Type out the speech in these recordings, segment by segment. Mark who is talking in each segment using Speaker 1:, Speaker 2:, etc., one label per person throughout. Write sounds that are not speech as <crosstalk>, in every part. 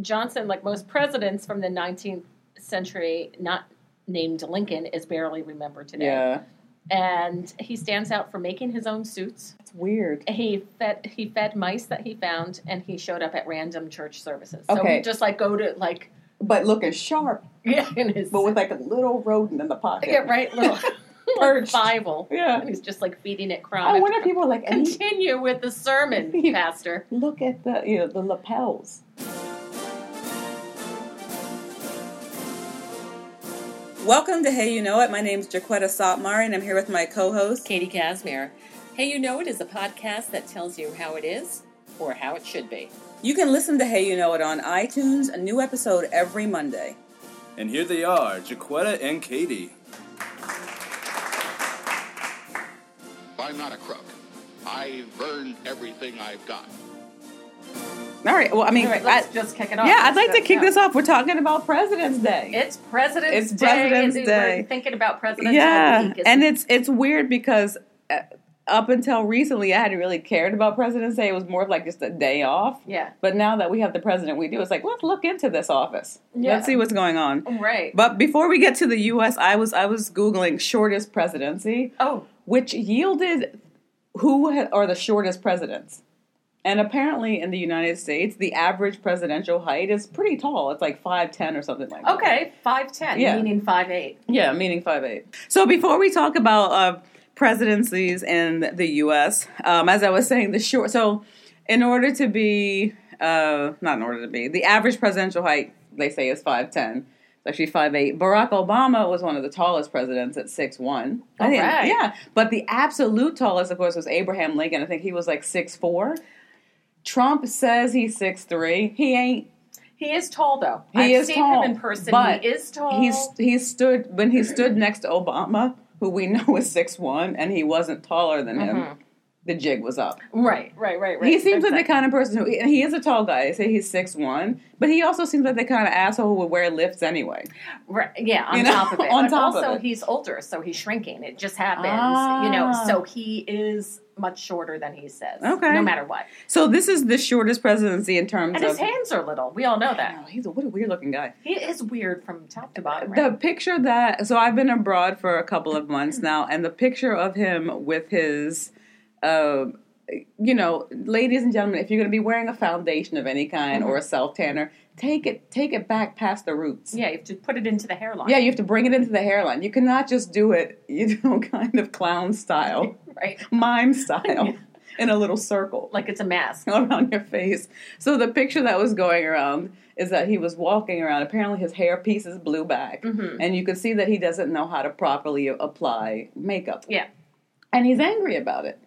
Speaker 1: Johnson, like most presidents from the 19th century, not named Lincoln, is barely remembered today.
Speaker 2: Yeah.
Speaker 1: And he stands out for making his own suits.
Speaker 2: It's weird.
Speaker 1: He fed he fed mice that he found, and he showed up at random church services. So
Speaker 2: Okay.
Speaker 1: he just like go to like <laughs>
Speaker 2: But looking sharp,
Speaker 1: in his
Speaker 2: but with like a little rodent in the pocket.
Speaker 1: yeah right
Speaker 2: <laughs>
Speaker 1: little
Speaker 2: Perched.
Speaker 1: Bible,
Speaker 2: Yeah.
Speaker 1: and he's just like feeding it crumb.
Speaker 2: I
Speaker 1: after
Speaker 2: wonder if people are like, and he-
Speaker 1: Continue with the
Speaker 2: <laughs>
Speaker 1: sermon, Pastor.
Speaker 2: look at the you know the lapels.
Speaker 3: Welcome to Hey You Know It. My name is Jaquetta Sotmar, and I'm here with my co-host.
Speaker 1: Katie Casimir. Hey, you know it is a podcast that tells you how it is or how it should be.
Speaker 3: You can listen to Hey You Know It on iTunes, a new episode every Monday.
Speaker 4: And here they are, Jaquetta and Katie.
Speaker 5: I'm not a crook. I've earned everything I've got.
Speaker 2: All right. Well, I mean,
Speaker 1: All right, let's just kick it off.
Speaker 2: yeah, I'd like to
Speaker 1: Let's-
Speaker 2: kick
Speaker 1: yeah.
Speaker 2: this off. We're talking about President's Day.
Speaker 1: It's President's
Speaker 2: It's
Speaker 1: Day. and
Speaker 2: President's
Speaker 1: we're
Speaker 2: Day.
Speaker 1: Thinking about President's Day.
Speaker 2: yeah,
Speaker 1: week, isn't
Speaker 2: and
Speaker 1: it?
Speaker 2: it's it's weird because uh, up until recently, I hadn't really cared about President's Day. It was more of like just a day off.
Speaker 1: yeah,
Speaker 2: But now that we have the president, we do. It's like let's look into this office.
Speaker 1: Yeah.
Speaker 2: Let's see what's going on.
Speaker 1: right.
Speaker 2: But before we get to the U.S., I was I was googling shortest presidency,
Speaker 1: oh,
Speaker 2: which yielded who ha- are the shortest presidents. And apparently, in the United States, the average presidential height is pretty tall. It's like five ten or something like that.
Speaker 1: okay, five ten,
Speaker 2: Yeah.
Speaker 1: meaning five eight.
Speaker 2: Yeah, meaning five eight. So before we talk about uh, presidencies in the U.S., um, as I was saying, the short. So in order to be, uh, not in order to be, the average presidential height they say is five ten. It's actually five eight. Barack Obama was one of the tallest presidents at six one.
Speaker 1: All right.
Speaker 2: Yeah, but the absolute tallest, of course, was Abraham Lincoln. I think he was like six four. Trump says he's six three. He ain't.
Speaker 1: He is tall though.
Speaker 2: He
Speaker 1: I've
Speaker 2: is
Speaker 1: seen
Speaker 2: tall,
Speaker 1: him in person.
Speaker 2: but
Speaker 1: he is tall.
Speaker 2: He's he stood when he stood next to Obama, who we <laughs> know is six one, and he wasn't taller than him.
Speaker 1: Mm-hmm.
Speaker 2: The jig was up.
Speaker 1: right, right, right, right.
Speaker 2: He seems like
Speaker 1: Exactly.
Speaker 2: the kind of person who and he is a tall guy. They say he's six one, but he also seems like the kind of asshole who would wear lifts anyway.
Speaker 1: Right, yeah, on
Speaker 2: You know,
Speaker 1: top of it.
Speaker 2: <laughs> on
Speaker 1: but
Speaker 2: top of
Speaker 1: also,
Speaker 2: it.
Speaker 1: he's older, so he's shrinking. It just happens,
Speaker 2: Ah.
Speaker 1: you know. So he is much shorter than he says.
Speaker 2: Okay.
Speaker 1: no matter what.
Speaker 2: So this is the shortest presidency in terms
Speaker 1: And
Speaker 2: of.
Speaker 1: his hands are little. We all know
Speaker 2: Oh,
Speaker 1: that.
Speaker 2: he's a, what a weird looking guy.
Speaker 1: He is weird from top to bottom.
Speaker 2: The
Speaker 1: Right?
Speaker 2: picture that so I've been abroad for a couple of months now, and the picture of him with his, um, you know, ladies and gentlemen, if you're going to be wearing a foundation of any kind or a self tanner, take it take it back past the roots.
Speaker 1: yeah, you have to put it into the hairline.
Speaker 2: Yeah, you have to bring it into the hairline. You cannot just do it, you know, <laughs> kind of clown style,
Speaker 1: right.
Speaker 2: mime style, in a little circle
Speaker 1: Like it's a mask.
Speaker 2: <laughs> around your face. So the picture that was going around is that he was walking around. Apparently, his hair pieces blew back, and you could see that he doesn't know how to properly apply makeup,
Speaker 1: Yeah,
Speaker 2: and he's angry about it.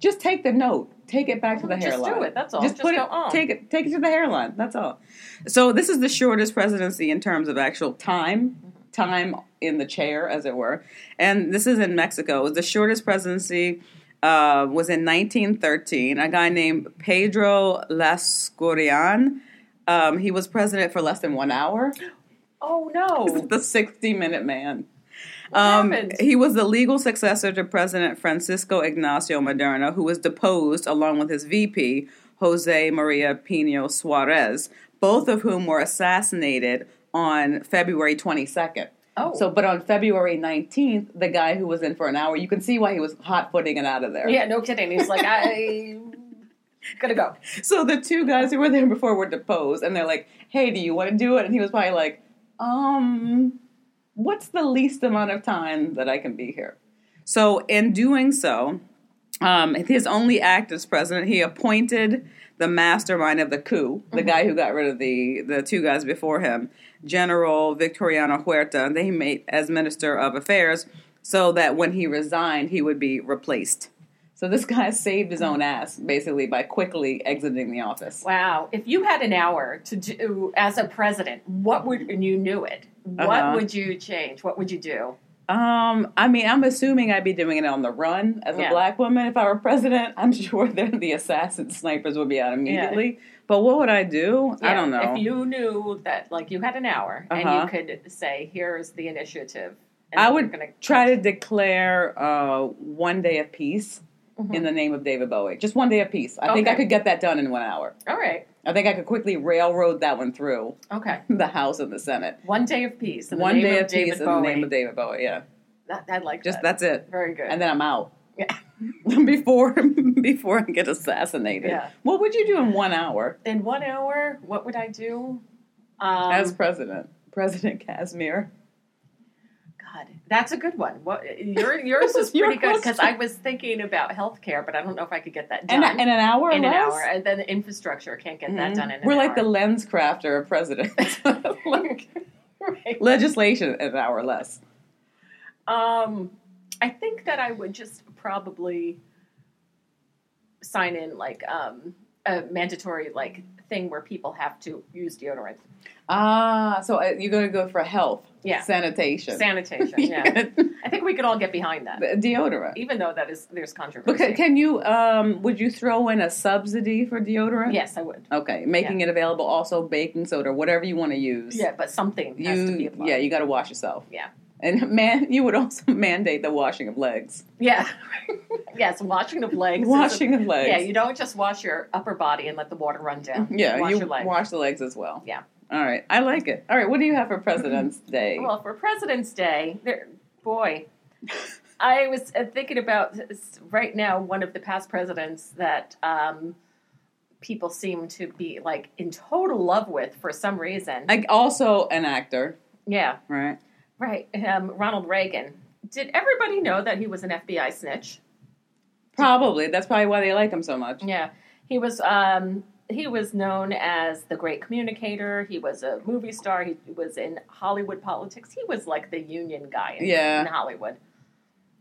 Speaker 2: Just take the note, take it back to the
Speaker 1: Just do
Speaker 2: hairline.
Speaker 1: it, that's all. Just
Speaker 2: put
Speaker 1: go
Speaker 2: it,
Speaker 1: on.
Speaker 2: take it, take it to the hairline. That's all. So this is the shortest presidency in terms of actual time. Time in the chair, as it were, and this is in Mexico. It was the shortest presidency uh, was in 1913. A guy named Pedro Lascurian. Um, he was president for less than one hour.
Speaker 1: Oh no!
Speaker 2: <laughs> The 60 minute man. Um,
Speaker 1: happened?
Speaker 2: he was the legal successor to President Francisco Ignacio Moderno, who was deposed along with his VP, Jose Maria Pino Suarez, both of whom were assassinated on February 22nd.
Speaker 1: Oh.
Speaker 2: So, but on February 19th, the guy who was in for an hour, you can see why he was hot footing it out of there.
Speaker 1: <laughs> Yeah, no kidding. He's like, I <laughs> gotta go.
Speaker 2: So the two guys who were there before were deposed, and they're like, "Hey, do you want to do it?" And he was probably like, "Um, what's the least amount of time that I can be here?" So in doing so, um, his only act as president, he appointed the mastermind of the coup, the guy who got rid of the the two guys before him, General Victoriano Huerta, that he made as Minister of Affairs, so that when he resigned, he would be replaced. So this guy saved his own ass basically by quickly exiting the office.
Speaker 1: Wow. If you had an hour to do as a president, what would and you knew it? What
Speaker 2: Uh-huh.
Speaker 1: would you change? What would you do?
Speaker 2: Um, I mean, I'm assuming I'd be doing it on the run as a
Speaker 1: Yeah.
Speaker 2: black woman if I were president. <laughs> I'm sure that the assassin snipers would be out immediately. But what would I do? I
Speaker 1: Yeah,
Speaker 2: don't know.
Speaker 1: If you knew that, like, you had an hour
Speaker 2: Uh-huh.
Speaker 1: and you could say, "Here's the initiative," and
Speaker 2: I
Speaker 1: then
Speaker 2: would
Speaker 1: we're gonna-
Speaker 2: try to declare uh, one day of peace in the name of David Bowie. Just one day of peace. I think I
Speaker 1: Mm-hmm. Okay.
Speaker 2: could get that done in one hour.
Speaker 1: All right.
Speaker 2: I think I could quickly railroad that one through <laughs>
Speaker 1: Okay.
Speaker 2: the House and the Senate.
Speaker 1: One day of peace. In
Speaker 2: One
Speaker 1: the name
Speaker 2: day
Speaker 1: of,
Speaker 2: of
Speaker 1: David
Speaker 2: peace in the
Speaker 1: Bowie.
Speaker 2: name of David Bowie. Yeah,
Speaker 1: That, I like
Speaker 2: just
Speaker 1: that.
Speaker 2: that's it,
Speaker 1: Very good.
Speaker 2: and then I'm out
Speaker 1: Yeah.
Speaker 2: <laughs> before <laughs> before I get assassinated.
Speaker 1: Yeah.
Speaker 2: What would you do in one hour
Speaker 1: in one hour, what would I do? Um,
Speaker 2: as president? President Casimir.
Speaker 1: God, that's a good one. What your yours
Speaker 2: <laughs>
Speaker 1: is
Speaker 2: Your
Speaker 1: pretty good because
Speaker 2: question.
Speaker 1: I was thinking about healthcare, but I don't know if I could get that
Speaker 2: In,
Speaker 1: done
Speaker 2: a- in an hour or
Speaker 1: in an
Speaker 2: less?
Speaker 1: hour. And then infrastructure can't get that
Speaker 2: Mhm.
Speaker 1: done in an
Speaker 2: We're like the
Speaker 1: hour.
Speaker 2: lens crafter
Speaker 1: <laughs>
Speaker 2: of presidents. <laughs> Like,
Speaker 1: Right.
Speaker 2: legislation in an hour or less.
Speaker 1: Um, I think that I would just probably sign in like um, a mandatory like thing where people have to use deodorant,
Speaker 2: Ah, so uh, you're going to go for health,
Speaker 1: Yeah.
Speaker 2: sanitation, <laughs>
Speaker 1: sanitation. Yeah, E-, I think we could all get behind that,
Speaker 2: deodorant.
Speaker 1: even though that is there's
Speaker 2: But
Speaker 1: controversy.
Speaker 2: ca- can you? Um, would you throw in a subsidy for deodorant?
Speaker 1: yes, I would.
Speaker 2: Okay, making it available also baking soda, whatever you want to use.
Speaker 1: Yeah, but something has to be
Speaker 2: You,
Speaker 1: applied.
Speaker 2: yeah, you got to wash yourself.
Speaker 1: Yeah.
Speaker 2: And <laughs> man, you would also mandate the washing of legs.
Speaker 1: Yeah. <laughs> yes, washing of legs. is a-
Speaker 2: Washing of legs. Mm-hmm.
Speaker 1: Yeah, you don't just wash your upper body and let the water run down.
Speaker 2: Yeah,
Speaker 1: wash
Speaker 2: you
Speaker 1: your legs.
Speaker 2: wash the legs as well.
Speaker 1: Yeah.
Speaker 2: All right, I like it. All right, what do you have
Speaker 1: <laughs>
Speaker 2: for President's Day?
Speaker 1: Well, for President's Day, there, boy, I was uh, thinking about this right now one of the past presidents that um, people seem to be like in total love with for some reason.
Speaker 2: like also an actor,
Speaker 1: yeah,
Speaker 2: right?
Speaker 1: right. Um, Ronald Reagan. Did everybody know that he was an FBI snitch?
Speaker 2: Probably that's probably why they like him so much.
Speaker 1: Yeah, he was. Um, he was known as the great communicator. He was a movie star. He was in Hollywood politics. He was like the union guy in,
Speaker 2: Yeah.
Speaker 1: in Hollywood.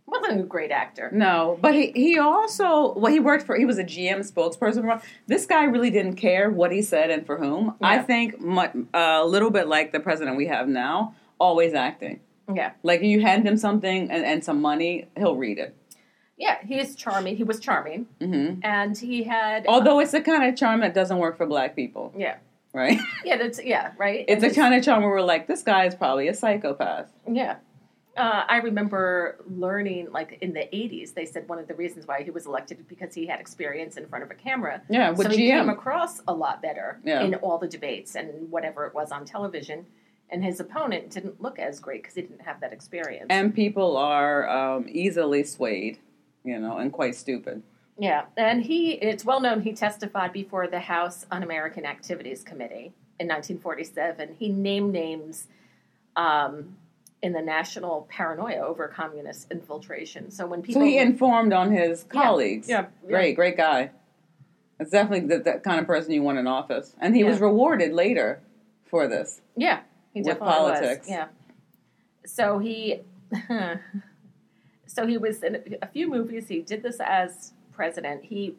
Speaker 1: Wasn't a great actor.
Speaker 2: No, but he, he also well he worked for he was a GM spokesperson. For, this guy really didn't care what he said and for whom. I
Speaker 1: Yeah.
Speaker 2: think mu a little bit like the president we have now, always acting.
Speaker 1: Yeah,
Speaker 2: Like you hand him something and, and some money, he'll read it.
Speaker 1: yeah. He is charming. He was charming,
Speaker 2: hmm
Speaker 1: and he had.
Speaker 2: Although it's the kind of charm that doesn't work for black people,
Speaker 1: yeah,
Speaker 2: right? <laughs>
Speaker 1: yeah. That's yeah. Right.
Speaker 2: it's
Speaker 1: And
Speaker 2: the kind of charm where we're like, this guy is probably a psychopath.
Speaker 1: Yeah. Uh, I remember learning, like in the '80s, they said one of the reasons why he was elected because he had experience in front of a camera.
Speaker 2: Yeah, with
Speaker 1: so he came
Speaker 2: GM.
Speaker 1: across a lot better
Speaker 2: Yeah.
Speaker 1: in all the debates and whatever it was on television. And his opponent didn't look as great because he didn't have that experience.
Speaker 2: and people are um, easily swayed, you know, and quite stupid.
Speaker 1: yeah, and he—it's well known he testified before the House Un-American Activities Committee in 1947. He named names um, in the national paranoia over communist infiltration. So when people
Speaker 2: So he informed on his
Speaker 1: Yeah.
Speaker 2: colleagues.
Speaker 1: Yeah. Yeah.
Speaker 2: Great, great guy. That's definitely the, the kind of person you want in office. And he was
Speaker 1: Yeah.
Speaker 2: rewarded later for this.
Speaker 1: Yeah, he
Speaker 2: With
Speaker 1: definitely was.
Speaker 2: politics.
Speaker 1: Yeah. So he, <laughs> so he was in a few movies. He did this as president. He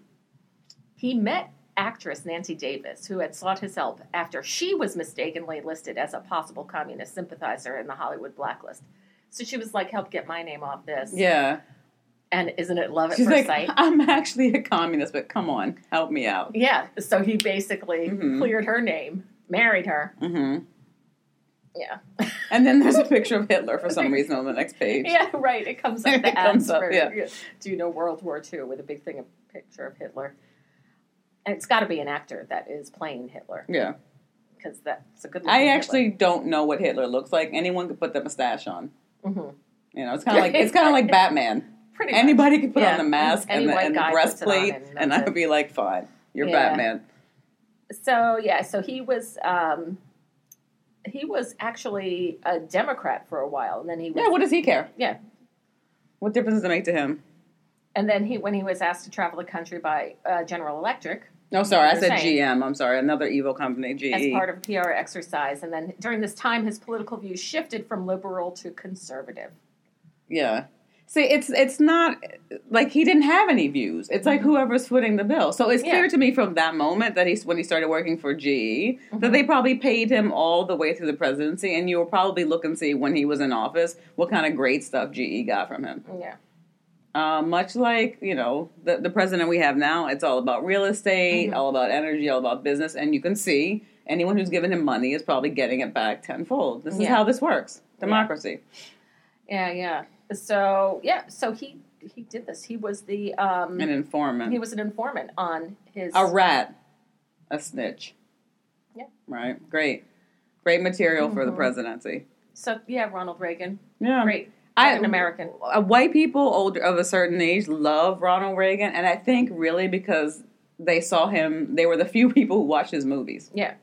Speaker 1: he met actress Nancy Davis, who had sought his help after she was mistakenly listed as a possible communist sympathizer in the Hollywood blacklist. So she was like, "Help get my name off this."
Speaker 2: Yeah.
Speaker 1: And isn't it love at
Speaker 2: She's
Speaker 1: first
Speaker 2: like,
Speaker 1: sight?
Speaker 2: I'm actually a communist, but come on, help me out.
Speaker 1: Yeah. So he basically
Speaker 2: Mhm.
Speaker 1: cleared her name, married her.
Speaker 2: hmm
Speaker 1: Yeah.
Speaker 2: And then there's a picture of Hitler
Speaker 1: <laughs>
Speaker 2: for some reason on the next page.
Speaker 1: Yeah, <laughs> right. It comes up.
Speaker 2: It
Speaker 1: The
Speaker 2: comes
Speaker 1: ads
Speaker 2: up,
Speaker 1: for,
Speaker 2: yeah.
Speaker 1: Do you know World War II with a big thing, a picture of Hitler? And it's got to be an actor that is playing Hitler
Speaker 2: Yeah.
Speaker 1: because that's a good.
Speaker 2: I actually don't know what Hitler looks like. Anyone could put the mustache on.
Speaker 1: hmm
Speaker 2: You know, it's kind of like it's
Speaker 1: <laughs>
Speaker 2: kind of like Batman.
Speaker 1: pretty much.
Speaker 2: Anybody could put
Speaker 1: Yeah.
Speaker 2: on the mask
Speaker 1: Any
Speaker 2: and the,
Speaker 1: white
Speaker 2: and the
Speaker 1: guy puts it on
Speaker 2: breastplate,
Speaker 1: and that's
Speaker 2: and,
Speaker 1: it.
Speaker 2: I'd be like, "Fine, you're
Speaker 1: Yeah.
Speaker 2: Batman."
Speaker 1: So yeah, so he was. Um, he was actually a Democrat for a while, and then he was,
Speaker 2: Yeah, what does he care?
Speaker 1: yeah,
Speaker 2: What difference does it make to him?
Speaker 1: and then he when he was asked to travel the country by uh, General Electric,
Speaker 2: No, sorry, I
Speaker 1: You're
Speaker 2: said
Speaker 1: saying-
Speaker 2: GM. I'm sorry, another evil company, E. GE.
Speaker 1: as part of a PR exercise, and then during this time, his political views shifted from liberal to conservative.
Speaker 2: yeah. See, it's it's not like he didn't have any views. It's like whoever's footing the bill. So it's
Speaker 1: Mm-hmm. Yeah.
Speaker 2: clear to me from that moment that he's when he started working for GE
Speaker 1: Mm-hmm.
Speaker 2: that they probably paid him all the way through the presidency, and you will probably look and see when he was in office what kind of great stuff GE got from him.
Speaker 1: Yeah.
Speaker 2: Uh, much like you know the, the president we have now, it's all about real estate,
Speaker 1: Mm-hmm.
Speaker 2: all about energy, all about business, and you can see anyone who's given him money is probably getting it back tenfold. This is
Speaker 1: Yeah.
Speaker 2: how this works, democracy.
Speaker 1: Yeah, yeah. So yeah, so he he did this. He was the um
Speaker 2: An informant,
Speaker 1: he was an informant on his
Speaker 2: a rat, a snitch.
Speaker 1: Yeah.
Speaker 2: Right. Great. Great material for the
Speaker 1: Mhm.
Speaker 2: presidency.
Speaker 1: So yeah, Ronald Reagan,
Speaker 2: Yeah.
Speaker 1: great,
Speaker 2: Um, I-
Speaker 1: an American.
Speaker 2: Uh, White people older of a certain age love Ronald Reagan, and I think really because they saw him, they were the few <laughs> people who watched his movies.
Speaker 1: Yeah,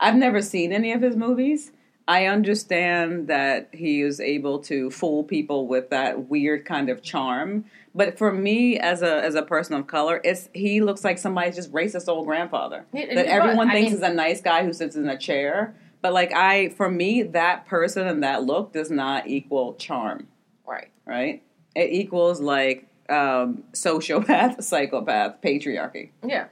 Speaker 2: I've never seen any of his movies. I understand that he was able to fool people with that weird kind of charm, but for me as a as a person of color, it's he looks like somebody's just racist old grandfather
Speaker 1: He- he
Speaker 2: that everyone
Speaker 1: was. I
Speaker 2: thinks
Speaker 1: mean-
Speaker 2: is a nice guy who sits in a chair. But like I, for me, that person and that look does not equal charm
Speaker 1: right.
Speaker 2: right? It equals like um, sociopath, <laughs> psychopath, patriarchy.
Speaker 1: Yeah,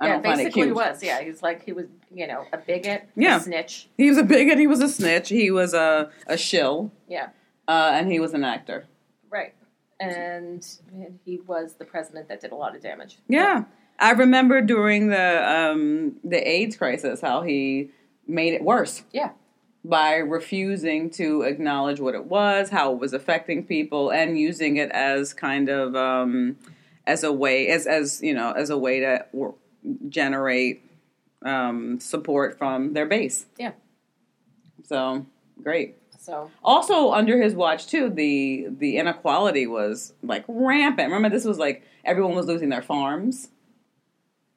Speaker 2: I
Speaker 1: yeah.
Speaker 2: don't find it
Speaker 1: basically,
Speaker 2: cute.
Speaker 1: was yeah. He's like he was, you know, a bigot,
Speaker 2: Yeah.
Speaker 1: a snitch.
Speaker 2: He was a bigot. He was a snitch. He was a a shill,
Speaker 1: Yeah,
Speaker 2: uh, and he was an actor.
Speaker 1: right. And, and he was the president that did a lot of damage.
Speaker 2: Yeah, I remember during the um, the AIDS crisis how he made it worse
Speaker 1: Yeah,
Speaker 2: by refusing to acknowledge what it was, how it was affecting people, and using it as kind of um, as a way as as you know as a way to wor- generate um, support from their base.
Speaker 1: yeah.
Speaker 2: So great.
Speaker 1: So
Speaker 2: Also under his watch too, the the inequality was like rampant. Remember, this was like everyone was losing their farms.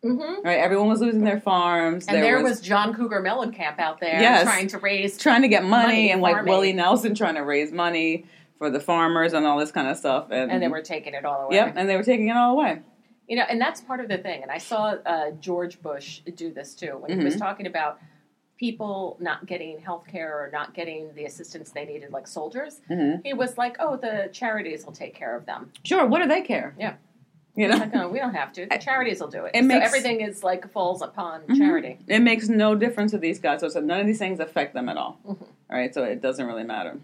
Speaker 1: Mhm.
Speaker 2: Right, everyone was losing their farms.
Speaker 1: and there, was, John Cougar Mellencamp out there
Speaker 2: Yes.
Speaker 1: trying to raise.
Speaker 2: trying to get money,
Speaker 1: Money,
Speaker 2: and like
Speaker 1: farming.
Speaker 2: Willie Nelson trying to raise money for the farmers and all this kind of stuff. And,
Speaker 1: and they were taking it all away.
Speaker 2: yep, and they were taking it all away.
Speaker 1: You know, and that's part of the thing. And I saw uh, George Bush do this too when
Speaker 2: Mm-hmm.
Speaker 1: he was talking about people not getting health care or not getting the assistance they needed, like soldiers.
Speaker 2: Mm-hmm.
Speaker 1: He was like, "Oh, the charities will take care of them."
Speaker 2: Sure, what do they care?
Speaker 1: Yeah,
Speaker 2: You
Speaker 1: It's
Speaker 2: know,
Speaker 1: like, "Oh, we don't have to. The charities will do it."
Speaker 2: It
Speaker 1: so
Speaker 2: makes- Mm-hmm.
Speaker 1: everything is like falls upon charity.
Speaker 2: it makes no difference to these guys. So, so none of these things affect them at all.
Speaker 1: Mm-hmm.
Speaker 2: All right, so it doesn't really matter.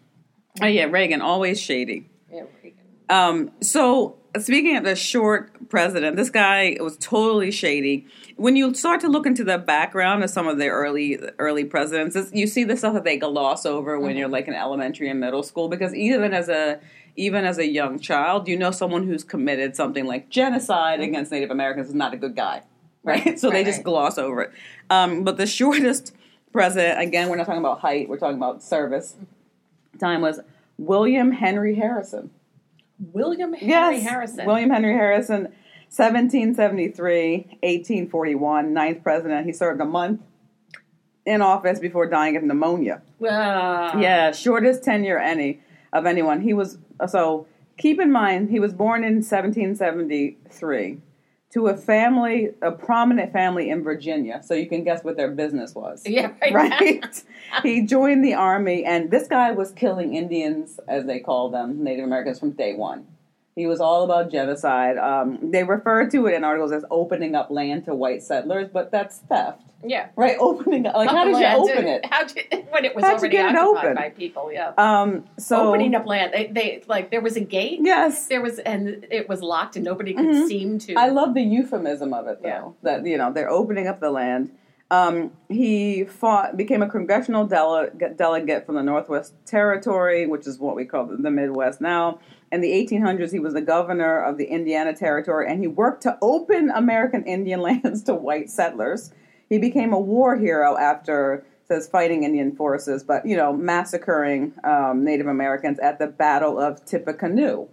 Speaker 2: Oh yeah, Reagan always shady.
Speaker 1: Yeah, Reagan.
Speaker 2: Um, so speaking of the short president, this guy was totally shady. When you start to look into the background of some of the early early presidents, it's- you see the stuff that they gloss over when
Speaker 1: Mm-hmm.
Speaker 2: you're like in elementary and middle school because even as a even as a young child, you know someone who's committed something like genocide against Native Americans is not a good guy, right? <laughs> so
Speaker 1: Mm-hmm.
Speaker 2: they
Speaker 1: right,
Speaker 2: just
Speaker 1: right.
Speaker 2: gloss over it. Um, but the shortest president, again, we're not talking about height, we're talking about service
Speaker 1: Mm-hmm.
Speaker 2: time, was William Henry Harrison.
Speaker 1: William Henry
Speaker 2: Yes.
Speaker 1: Harrison.
Speaker 2: William Henry Harrison, 1773, 1841, ninth president. He served a month in office before dying of pneumonia.
Speaker 1: Wow.
Speaker 2: Yeah, shortest tenure any of anyone. He was so keep in mind he was born in 1773 to a family, a prominent family in Virginia. So you can guess what their business was.
Speaker 1: Yeah, <laughs> right.
Speaker 2: Right. he joined the army, and this guy was killing Indians, as they call them, Native Americans, from day one. He was all about genocide. Um, they refer to it in articles as opening up land to white settlers, but that's theft,
Speaker 1: Yeah.
Speaker 2: right? <laughs> Opening up, like, how did you
Speaker 1: Land.
Speaker 2: open it?
Speaker 1: How did <laughs> when it was
Speaker 2: How'd you
Speaker 1: already
Speaker 2: get it
Speaker 1: occupied
Speaker 2: open?
Speaker 1: by people? Yeah.
Speaker 2: Um, so
Speaker 1: Opening up land. They, they like there was a gate.
Speaker 2: yes,
Speaker 1: There was, and it was locked, and nobody could
Speaker 2: Mhm.
Speaker 1: seem to.
Speaker 2: I love the euphemism of it, though. That you know they're opening up the land. Um, he fought, became a congressional delegate, delegate from the Northwest Territory, which is what we call the Midwest now. In the 1800s, he was the governor of the Indiana Territory, and he worked to open American Indian <laughs> lands to white settlers. He became a war hero after it says fighting Indian forces, but you know massacring um, Native Americans at the Battle of Tippecanoe.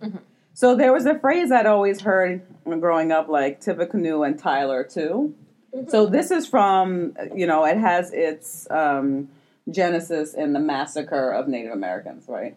Speaker 2: So there was a phrase I'd always heard when growing up, like Tippecanoe and Tyler too.
Speaker 1: Mm-hmm.
Speaker 2: So this is from you know it has its um, genesis in the massacre of Native Americans, right?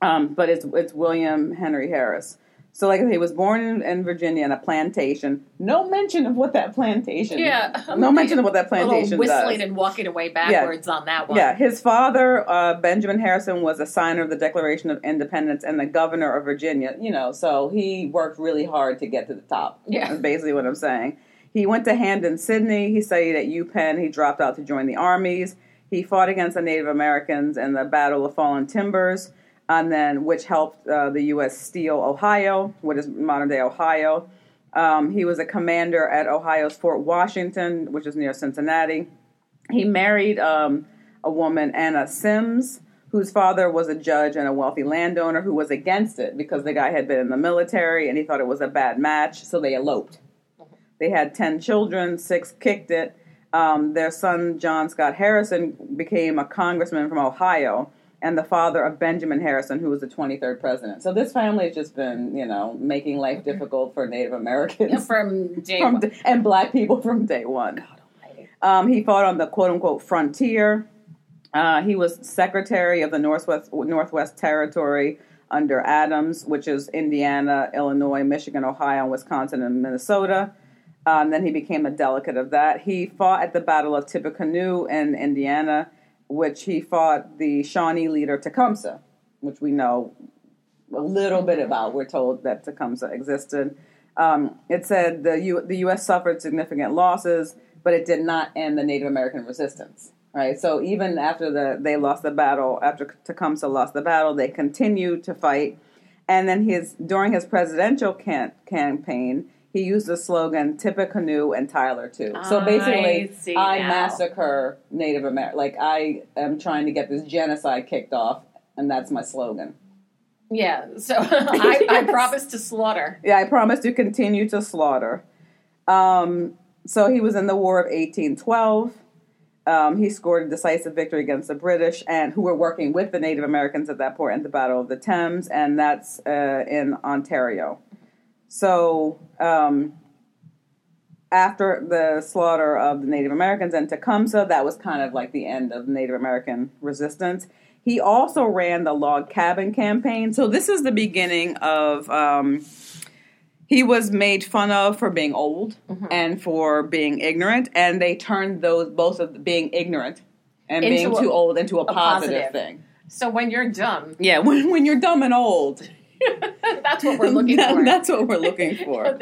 Speaker 2: Um, but it's it's William Henry Harris. So like I said, he was born in, in Virginia in a plantation. No mention of what that plantation.
Speaker 1: Yeah.
Speaker 2: No mention of what that
Speaker 1: A little
Speaker 2: plantation does.
Speaker 1: whistling and walking away backwards on that one.
Speaker 2: Yeah, his father, uh, Benjamin Harrison, was a signer of the Declaration of Independence and the governor of Virginia. You know, so he worked really hard to get to the top.
Speaker 1: Yeah.
Speaker 2: is basically what I'm saying. He went to Hamden, Sydney. He studied at UPenn. He dropped out to join the armies. He fought against the Native Americans in the Battle of Fallen Timbers, and then which helped uh, the U.S. steal Ohio, what is modern day Ohio. Um, he was a commander at Ohio's Fort Washington, which is near Cincinnati he married um, a woman, Anna Sims, whose father was a judge and a wealthy landowner who was against it because the guy had been in the military and he thought it was a bad match, so they eloped. They had 10 children, six kicked it. Um, their son, John Scott Harrison, became a congressman from Ohio and the father of Benjamin Harrison, who was the 23rd president. So this family has just been, you know, making life difficult for Native
Speaker 1: <laughs>
Speaker 2: Americans
Speaker 1: from day
Speaker 2: from
Speaker 1: one.
Speaker 2: d- and black people from day one. Um, he fought on the quote unquote frontier. Uh, he was secretary of the Northwest Northwest Territory under Adams, which is Indiana, Illinois, Michigan, Ohio, Wisconsin, and Minnesota. Um, then he became a delegate of that. He fought at the Battle of Tippecanoe in Indiana, which he fought the Shawnee leader Tecumseh, which we know a little bit about. We're told that Tecumseh existed. Um, it said the U- the U.S. suffered significant losses, but it did not end the Native American resistance. Right, so even after the they lost the battle, after Tecumseh lost the battle, they continued to fight. And then his during his presidential can, campaign, he used the slogan "Tippecanoe and Tyler too." So
Speaker 1: I
Speaker 2: basically,
Speaker 1: see
Speaker 2: I,
Speaker 1: now.
Speaker 2: massacre Native American. Like I am trying to get this genocide kicked off, and that's my slogan.
Speaker 1: Yeah, so <laughs>
Speaker 2: <laughs>
Speaker 1: I, I promise to slaughter.
Speaker 2: Yeah, I promise to continue to slaughter. Um, so he was in the War of 1812. Um, he scored a decisive victory against the British, and who were working with the Native Americans at that point in the Battle of the Thames, and that's uh, in Ontario. So um, after the slaughter of the Native Americans and Tecumseh, that was kind of like the end of Native American resistance. He also ran the log cabin campaign. So this is the beginning of. Um, he was made fun of for being old
Speaker 1: Mm-hmm.
Speaker 2: and for being ignorant, and they turned those both of being ignorant and
Speaker 1: Into
Speaker 2: being
Speaker 1: a-
Speaker 2: too old into a, positive,
Speaker 1: positive.
Speaker 2: thing.
Speaker 1: So when you're dumb,
Speaker 2: Yeah, <laughs> when when you're dumb and old,
Speaker 1: <laughs> that's what
Speaker 2: <laughs>
Speaker 1: we're looking
Speaker 2: that-
Speaker 1: for. <laughs>
Speaker 2: That's what we're looking for.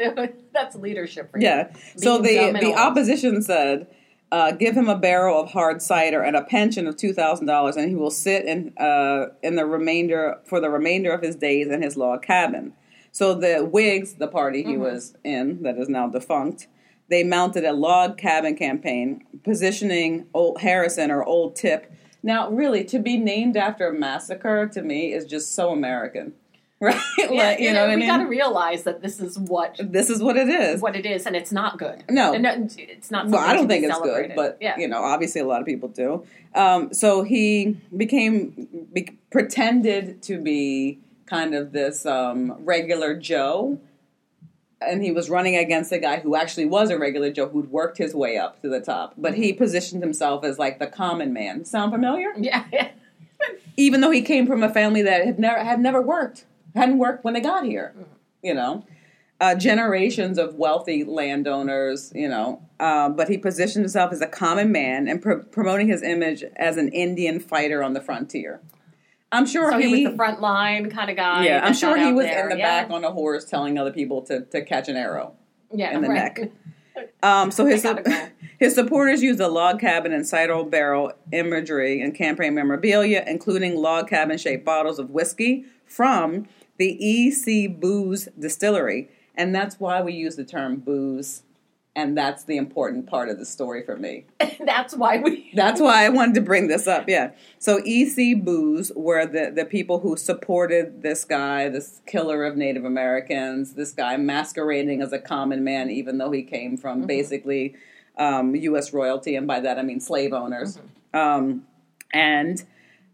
Speaker 1: that's leadership for you. <laughs>
Speaker 2: Yeah. so
Speaker 1: Being
Speaker 2: the
Speaker 1: dumb and
Speaker 2: the
Speaker 1: old.
Speaker 2: opposition said, uh, "Give him a barrel of hard cider and a pension of two thousand dollars, and he will sit in uh, in the remainder for the remainder of his days in his log cabin." So the Whigs, the party
Speaker 1: Mm-hmm.
Speaker 2: he was in that is now defunct, they mounted a log cabin campaign, positioning Old Harrison or Old Tip. Now, really, to be named after a massacre to me is just so American, <laughs> right?
Speaker 1: Yeah,
Speaker 2: like, you know what I
Speaker 1: we
Speaker 2: mean?
Speaker 1: got to realize that this is what
Speaker 2: this is what it is.
Speaker 1: what it is, and it's not good.
Speaker 2: No.
Speaker 1: And no, it's not.
Speaker 2: Well, I
Speaker 1: something
Speaker 2: don't
Speaker 1: to be
Speaker 2: think it's good,
Speaker 1: celebrated.
Speaker 2: but
Speaker 1: yeah,
Speaker 2: you know, obviously a lot of people do. Um, so he became be, pretended to be kind of this um, regular Joe, and he was running against a guy who actually was a regular Joe who'd worked his way up to the top. But he
Speaker 1: Mm-hmm.
Speaker 2: positioned himself as like the common man. Sound familiar?
Speaker 1: yeah, <laughs> yeah.
Speaker 2: Even though he came from a family that had never had never worked, hadn't worked when they got here,
Speaker 1: Mm-hmm.
Speaker 2: you know uh, generations of wealthy landowners, you know. Uh, but he positioned himself as a common man and pro- promoting his image as an Indian fighter on the frontier. I'm sure
Speaker 1: So
Speaker 2: he,
Speaker 1: he, was the front line kind of guy.
Speaker 2: yeah,
Speaker 1: that
Speaker 2: I'm sure
Speaker 1: got
Speaker 2: he
Speaker 1: out
Speaker 2: was
Speaker 1: there.
Speaker 2: in the
Speaker 1: yeah.
Speaker 2: back on a horse telling other people to, to catch an arrow
Speaker 1: yeah,
Speaker 2: in the
Speaker 1: right.
Speaker 2: neck. Um, so his
Speaker 1: I gotta go.
Speaker 2: <laughs> his supporters used a log cabin and cider barrel imagery and campaign memorabilia, including log cabin shaped bottles of whiskey from the EC Booze Distillery, and that's why we use the term booze, and that's the important part of the story for me.
Speaker 1: <laughs> That's why we.
Speaker 2: That's why I wanted to bring this up. Yeah. So EC Boos were the, the people who supported this guy, this killer of Native Americans, this guy masquerading as a common man, even though he came from basically um, U.S. royalty, and by that I mean slave owners. Um, and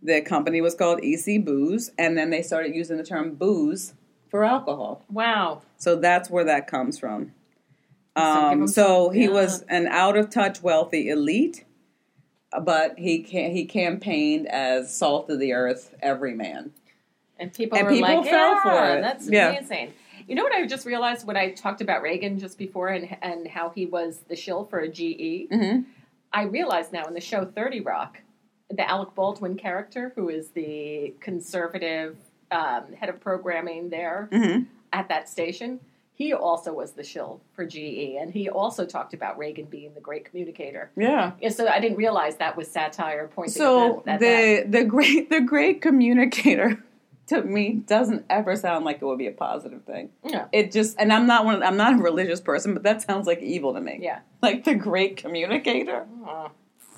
Speaker 2: the company was called EC Boos, and then they started using the term booze for alcohol.
Speaker 1: Wow.
Speaker 2: So that's where that comes from.
Speaker 1: give
Speaker 2: Um,
Speaker 1: him
Speaker 2: so
Speaker 1: some-
Speaker 2: he
Speaker 1: yeah.
Speaker 2: was an out of touch wealthy elite, but he ca- he campaigned as salt of the earth everyman.
Speaker 1: And people
Speaker 2: And
Speaker 1: were
Speaker 2: people
Speaker 1: like,
Speaker 2: fell
Speaker 1: yeah,
Speaker 2: for it."
Speaker 1: That's
Speaker 2: Yeah.
Speaker 1: amazing. You know what I just realized when I talked about Reagan just before and and how he was the shill for a GE.
Speaker 2: Mhm.
Speaker 1: I realize now in the show Thirty Rock, the Alec Baldwin character, who is the conservative um, head of programming there
Speaker 2: Mhm.
Speaker 1: at that station, he also was the shill for GE, and he also talked about Reagan being the great communicator.
Speaker 2: Yeah.
Speaker 1: Yeah, so I didn't realize that was satire pointing.
Speaker 2: So
Speaker 1: at that-
Speaker 2: the the great the great communicator <laughs> to me doesn't ever sound like it would be a positive thing.
Speaker 1: Yeah.
Speaker 2: It just and I'm not one of- I'm not a religious person, but that sounds like evil to me.
Speaker 1: yeah,
Speaker 2: Like the great communicator.
Speaker 1: Aw.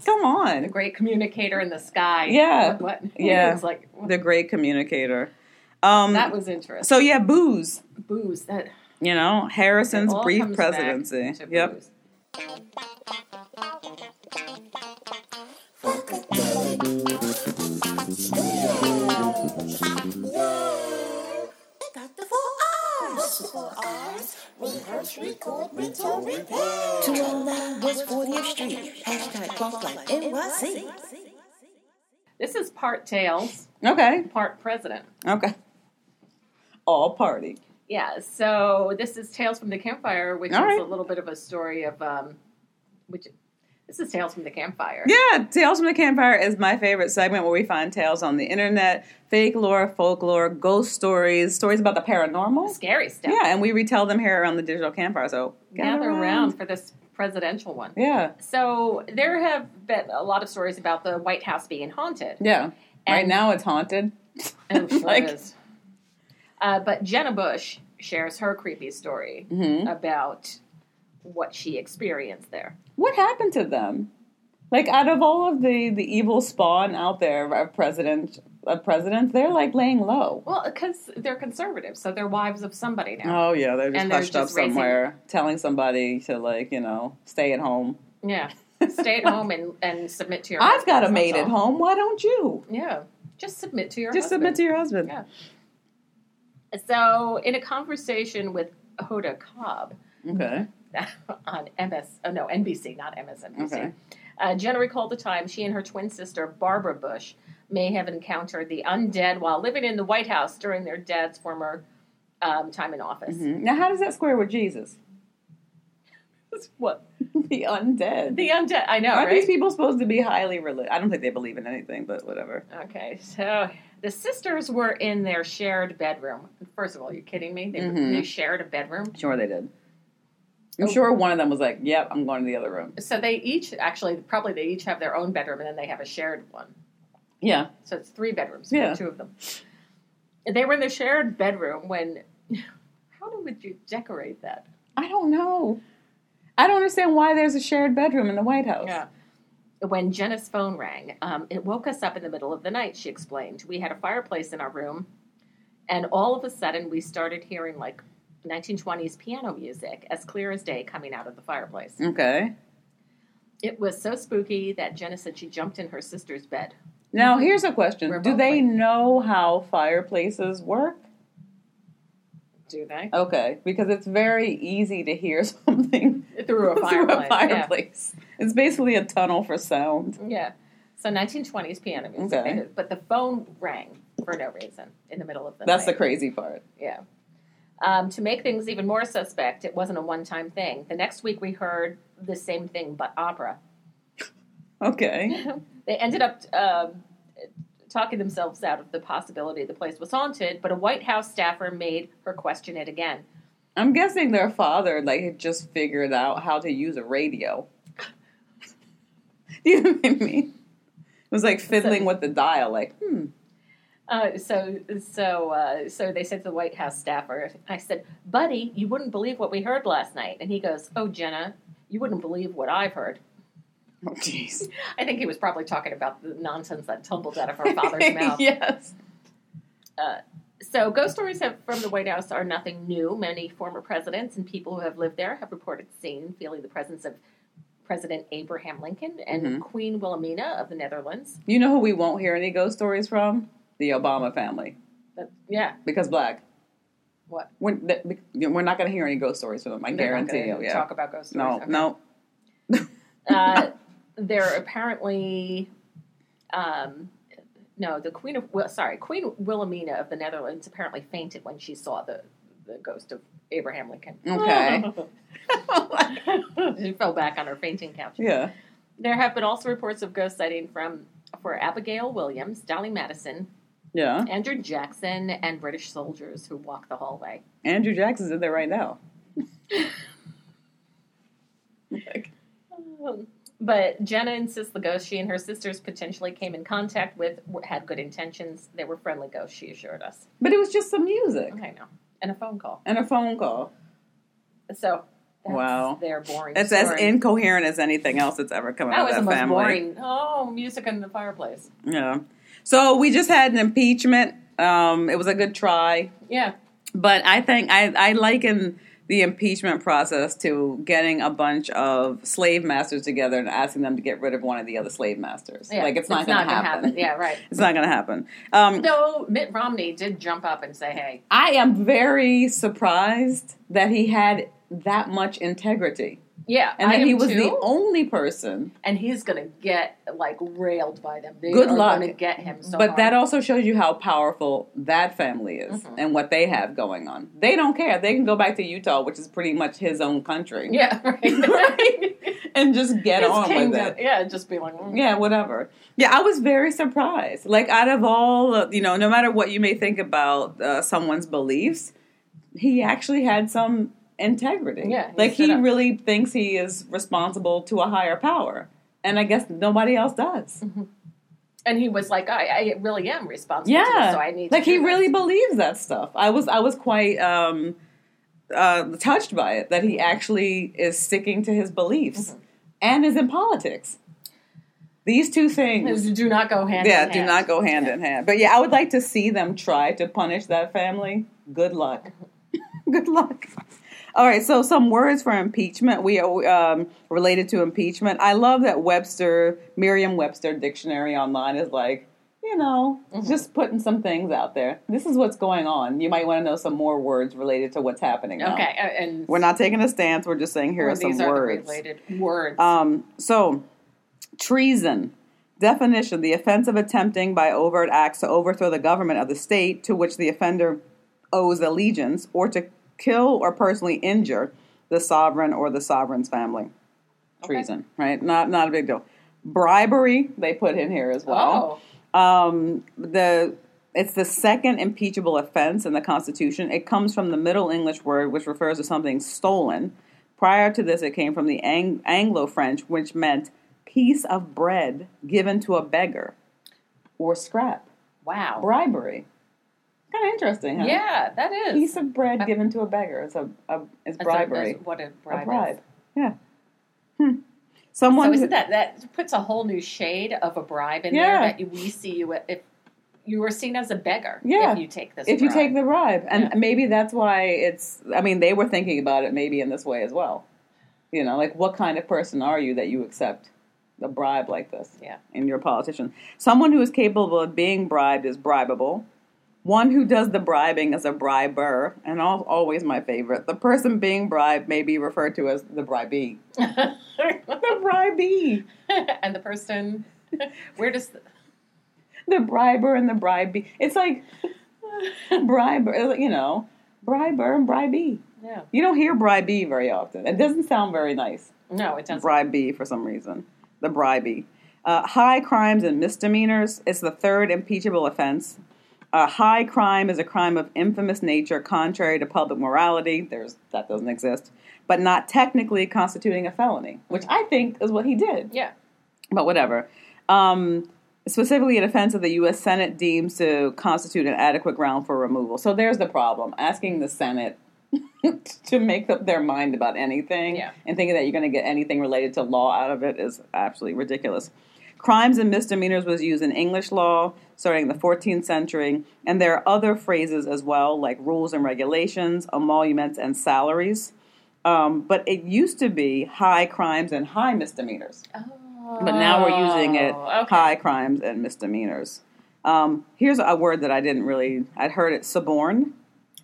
Speaker 2: Come on.
Speaker 1: the great communicator in the sky.
Speaker 2: Yeah.
Speaker 1: What- <laughs> what?
Speaker 2: Yeah. Mm.
Speaker 1: It's like
Speaker 2: The great communicator. Um
Speaker 1: that was interesting.
Speaker 2: so yeah, booze.
Speaker 1: booze. That
Speaker 2: You know, Harrison's
Speaker 1: all
Speaker 2: brief
Speaker 1: comes back
Speaker 2: presidency.
Speaker 1: to
Speaker 2: Yep.
Speaker 1: booze.
Speaker 6: Two oh nine West 40th Street. Hashtag Bump Life NYC.
Speaker 1: This is part Tails,
Speaker 2: Okay.
Speaker 1: part President.
Speaker 2: Okay. All party.
Speaker 1: Yeah, so this is Tales from the Campfire, which
Speaker 2: All
Speaker 1: is
Speaker 2: right.
Speaker 1: a little bit of a story of um, which this is Tales from the Campfire.
Speaker 2: Yeah, Tales from the Campfire is my favorite segment where we find tales on the internet, fake lore, folklore, ghost stories, stories about the paranormal.
Speaker 1: Scary stuff.
Speaker 2: Yeah, and we retell them here around the digital campfire. So
Speaker 1: Gather around for this presidential one.
Speaker 2: Yeah,
Speaker 1: So there have been a lot of stories about the White House being haunted.
Speaker 2: <laughs> yeah. right
Speaker 1: And-
Speaker 2: now it's haunted.
Speaker 1: Oh, sure
Speaker 2: Like-
Speaker 1: it is. Uh, but Jenna Bush shares her creepy story
Speaker 2: Mm-hmm.
Speaker 1: about what she experienced there.
Speaker 2: What happened to them? Like out of all of the the evil spawn out there of president of presidents, they're like laying low.
Speaker 1: Well, because they're conservative, so they're wives of somebody now.
Speaker 2: Oh yeah, they're just
Speaker 1: And they're
Speaker 2: hushed
Speaker 1: just
Speaker 2: up
Speaker 1: raising-
Speaker 2: somewhere, telling somebody to like you know stay at home. <laughs>
Speaker 1: Yeah. Stay at home and, and submit to your
Speaker 2: I've got a
Speaker 1: husband,
Speaker 2: maid
Speaker 1: that's
Speaker 2: at
Speaker 1: all.
Speaker 2: home. Why don't you?
Speaker 1: Yeah. Just submit to your
Speaker 2: Just submit
Speaker 1: husband.
Speaker 2: to your husband.
Speaker 1: Yeah. So, in a conversation with Hoda Cobb, <laughs>
Speaker 2: Okay.
Speaker 1: on MS, oh no, NBC, not MSNBC.
Speaker 2: Okay.
Speaker 1: Uh, Jenna recalled the time she and her twin sister, Barbara Bush, may have encountered the undead while living in the White House during their dad's former um, time in office.
Speaker 2: Mm-hmm. Now, how does that square with Jesus?
Speaker 1: <laughs> What?
Speaker 2: <laughs> The undead.
Speaker 1: The undead, I know,
Speaker 2: Aren't
Speaker 1: right?
Speaker 2: these people supposed to be highly religious? I don't think they believe in anything, but whatever.
Speaker 1: Okay, so the sisters were in their shared bedroom. First of all, you kidding me? They,
Speaker 2: Mhm.
Speaker 1: they shared a bedroom.
Speaker 2: Sure, they did. I'm
Speaker 1: Oh.
Speaker 2: sure one of them was like, "Yep, I'm going to the other room."
Speaker 1: So they each, actually, probably they each have their own bedroom and then they have a shared one.
Speaker 2: Yeah.
Speaker 1: So it's three bedrooms,
Speaker 2: Yeah.
Speaker 1: two of them. They were in the shared bedroom when. <laughs> How do- would you decorate that?
Speaker 2: I don't know. I don't understand why there's a shared bedroom in the White House.
Speaker 1: When Jenna's phone rang, um, it woke us up in the middle of the night, she explained. We had a fireplace in our room, and all of a sudden we started hearing like 1920s piano music, as clear as day, coming out of the fireplace.
Speaker 2: Okay.
Speaker 1: It was so spooky that Jenna said she jumped in her sister's bed.
Speaker 2: Now here's a question: Do
Speaker 1: Remotely.
Speaker 2: they know how fireplaces work?
Speaker 1: Do they?
Speaker 2: Okay, because it's very easy to hear <laughs> something
Speaker 1: <laughs> Through a
Speaker 2: <laughs> through
Speaker 1: fireplace.
Speaker 2: a
Speaker 1: yeah.
Speaker 2: fireplace. It's basically a tunnel for sound.
Speaker 1: Yeah. So 1920s piano music.
Speaker 2: Okay.
Speaker 1: But the phone rang for no reason in the middle of the
Speaker 2: That's the
Speaker 1: night.
Speaker 2: crazy part.
Speaker 1: Yeah. Um, to make things even more suspect, it wasn't a one time thing. The next week we heard the same thing, but opera. <laughs>
Speaker 2: Okay.
Speaker 1: They ended up um talking themselves out of the possibility the place was haunted, but a White House staffer made her question it again.
Speaker 2: I'm guessing their father like had just figured out how to use a radio. <laughs> you know what I mean? It was like fiddling with the dial, like, hmm.
Speaker 1: Uh, so, so, uh, so they said to the White House staffer, "I said, buddy, you wouldn't believe what we heard last night." And he goes, "Oh, Jenna, you wouldn't believe what I've heard."
Speaker 2: Oh jeez.
Speaker 1: I think he was probably talking about the nonsense that tumbled out of her
Speaker 2: <laughs>
Speaker 1: father's mouth.
Speaker 2: yes.
Speaker 1: So, ghost stories have, from the White House are nothing new. Many former presidents and people who have lived there have reported seeing, feeling the presence of President Abraham Lincoln and
Speaker 2: Mm-hmm.
Speaker 1: Queen Wilhelmina of the Netherlands.
Speaker 2: You know who we won't hear any ghost stories from? The Obama family.
Speaker 1: That, yeah,
Speaker 2: Because black.
Speaker 1: what?
Speaker 2: We're, that- we're not going to hear any ghost stories from them, I
Speaker 1: They're not
Speaker 2: guarantee
Speaker 1: gonna
Speaker 2: you. Yeah.
Speaker 1: Talk about ghost stories.
Speaker 2: no,
Speaker 1: Okay.
Speaker 2: no. <laughs>
Speaker 1: Uh, they're apparently, um, no, the Queen of well, sorry, Queen Wilhelmina of the Netherlands apparently fainted when she saw the the ghost of Abraham Lincoln.
Speaker 2: Okay.
Speaker 1: <laughs> she fell back on her fainting couch.
Speaker 2: yeah.
Speaker 1: There have been also reports of ghost sighting from for Abigail Williams, Dolly Madison,
Speaker 2: Yeah.
Speaker 1: Andrew Jackson, and British soldiers who walk the hallway.
Speaker 2: Andrew Jackson's in there
Speaker 1: <laughs>
Speaker 2: right now. like,
Speaker 1: Um, But Jenna insists the ghosts she and her sisters potentially came in contact with w- had good intentions. They were friendly ghosts, she assured us.
Speaker 2: but it was just some music.
Speaker 1: I know. And a phone call.
Speaker 2: and a phone call.
Speaker 1: So that's
Speaker 2: Wow.
Speaker 1: their boring
Speaker 2: It's as
Speaker 1: story.
Speaker 2: incoherent as anything else that's ever come
Speaker 1: that
Speaker 2: out
Speaker 1: was
Speaker 2: of
Speaker 1: the
Speaker 2: that
Speaker 1: most
Speaker 2: family.
Speaker 1: boring. Oh, music in the fireplace.
Speaker 2: Yeah. So we just had an impeachment. Um, it was a good try.
Speaker 1: Yeah.
Speaker 2: But I think I, I liken the impeachment process to getting a bunch of slave masters together and asking them to get rid of one of the other slave masters.
Speaker 1: Yeah,
Speaker 2: like it's not going to
Speaker 1: gonna
Speaker 2: happen.
Speaker 1: Yeah, right.
Speaker 2: It's not going to happen. Um,
Speaker 1: No, Mitt Romney did jump up and say, "Hey,
Speaker 2: I am very surprised that he had that much integrity
Speaker 1: yeah,
Speaker 2: and
Speaker 1: I
Speaker 2: that
Speaker 1: am
Speaker 2: he was
Speaker 1: too,
Speaker 2: the only person.
Speaker 1: and he's gonna get like railed by them. They
Speaker 2: Good
Speaker 1: are
Speaker 2: luck.
Speaker 1: gonna get him. So
Speaker 2: but
Speaker 1: hard.
Speaker 2: that also shows you how powerful that family is
Speaker 1: Mhm.
Speaker 2: and what they have going on. They don't care. They can go back to Utah, which is pretty much his own country,
Speaker 1: <laughs> yeah,
Speaker 2: <laughs>
Speaker 1: right, right.
Speaker 2: and just get
Speaker 1: His
Speaker 2: on with
Speaker 1: kingdom.
Speaker 2: it.
Speaker 1: Yeah, just be like, mm.
Speaker 2: Yeah, whatever. Yeah, I was very surprised. Like, out of all, of- you know, no matter what you may think about uh, someone's beliefs, he actually had some integrity.
Speaker 1: Yeah, he
Speaker 2: like he
Speaker 1: stood up.
Speaker 2: really thinks he is responsible to a higher power, and I guess nobody else does.
Speaker 1: Mm-hmm. and he was like, I, I really am responsible. for
Speaker 2: Yeah,
Speaker 1: this, so I need.
Speaker 2: like
Speaker 1: to
Speaker 2: he
Speaker 1: do this.
Speaker 2: really believes that stuff. I was I was quite um, uh, touched by it that he actually is sticking to his beliefs
Speaker 1: Mm-hmm.
Speaker 2: and is in politics. These two things
Speaker 1: do not go hand.
Speaker 2: yeah,
Speaker 1: in
Speaker 2: do
Speaker 1: hand.
Speaker 2: not go hand in hand. But yeah, I would like to see them try to punish that family. Good luck. <laughs> Good luck. All right, so some words for impeachment. We um, related to impeachment. I love that Webster, Merriam-Webster dictionary online is like, you know,
Speaker 1: Mm-hmm.
Speaker 2: just putting some things out there. This is what's going on. You might want to know some more words related to what's happening. now.
Speaker 1: Okay, uh, and
Speaker 2: we're not taking a stance. We're just saying here are
Speaker 1: these
Speaker 2: some
Speaker 1: are
Speaker 2: words.
Speaker 1: the related words.
Speaker 2: Um, so, treason. Definition the offense of attempting by overt acts to overthrow the government of the state to which the offender owes allegiance, or to kill or personally injure the sovereign or the sovereign's family. Treason, right? Not not a big deal. Bribery, they put in here as well.
Speaker 1: oh,
Speaker 2: Um, the it's the second impeachable offense in the Constitution. It comes from the Middle English word which refers to something stolen. Prior to this, it came from the Ang- Anglo French, which meant piece of bread given to a beggar or scrap.
Speaker 1: wow.
Speaker 2: Bribery. Kind of interesting, huh?
Speaker 1: Yeah, that is.
Speaker 2: Piece of bread given to a beggar is a, a is
Speaker 1: That's a- that's
Speaker 2: bribery.
Speaker 1: what a
Speaker 2: A,
Speaker 1: bribe,
Speaker 2: bribe.
Speaker 1: is.
Speaker 2: Yeah. Hmm. Someone
Speaker 1: So
Speaker 2: who-
Speaker 1: isn't that that puts a whole new shade of a bribe in
Speaker 2: Yeah.
Speaker 1: there that you- we see you if you were seen as a beggar
Speaker 2: Yeah.
Speaker 1: if you take this.
Speaker 2: if you
Speaker 1: bribe.
Speaker 2: take the bribe and
Speaker 1: Yeah.
Speaker 2: maybe that's why it's i mean they were thinking about it maybe in this way as well you know like what kind of person are you that you accept a bribe like this
Speaker 1: Yeah.
Speaker 2: and you're a politician someone who is capable of being bribed is bribable one who does the bribing is a briber and al- always my favorite the person being bribed may be referred to as the bribee the bribee
Speaker 1: <laughs> and the person, where does the,
Speaker 2: the briber and the bribee it's like <laughs> briber you know briber and bribee
Speaker 1: yeah
Speaker 2: You don't hear bribee very often. It doesn't sound very nice.
Speaker 1: no it doesn't
Speaker 2: Bribee for some reason. The bribee. Uh, high crimes and misdemeanors is the third impeachable offense. A high crime is a crime of infamous nature contrary to public morality. There's that doesn't exist, but not technically constituting a felony, which I think is what he did
Speaker 1: yeah
Speaker 2: but whatever. Um, specifically, an offense that the U.S. Senate deems to constitute an adequate ground for removal. So there's the problem: asking the Senate <laughs> to make up their mind about anything
Speaker 1: Yeah.
Speaker 2: and thinking that you're going to get anything related to law out of it is absolutely ridiculous. Crimes and misdemeanors was used in English law starting in the 14th century, and there are other phrases as well, like rules and regulations, emoluments, and salaries. Um, but it used to be high crimes and high misdemeanors but now we're using it
Speaker 1: Oh, okay.
Speaker 2: high crimes and misdemeanors. Um, here's a word that I didn't really I'd heard it suborn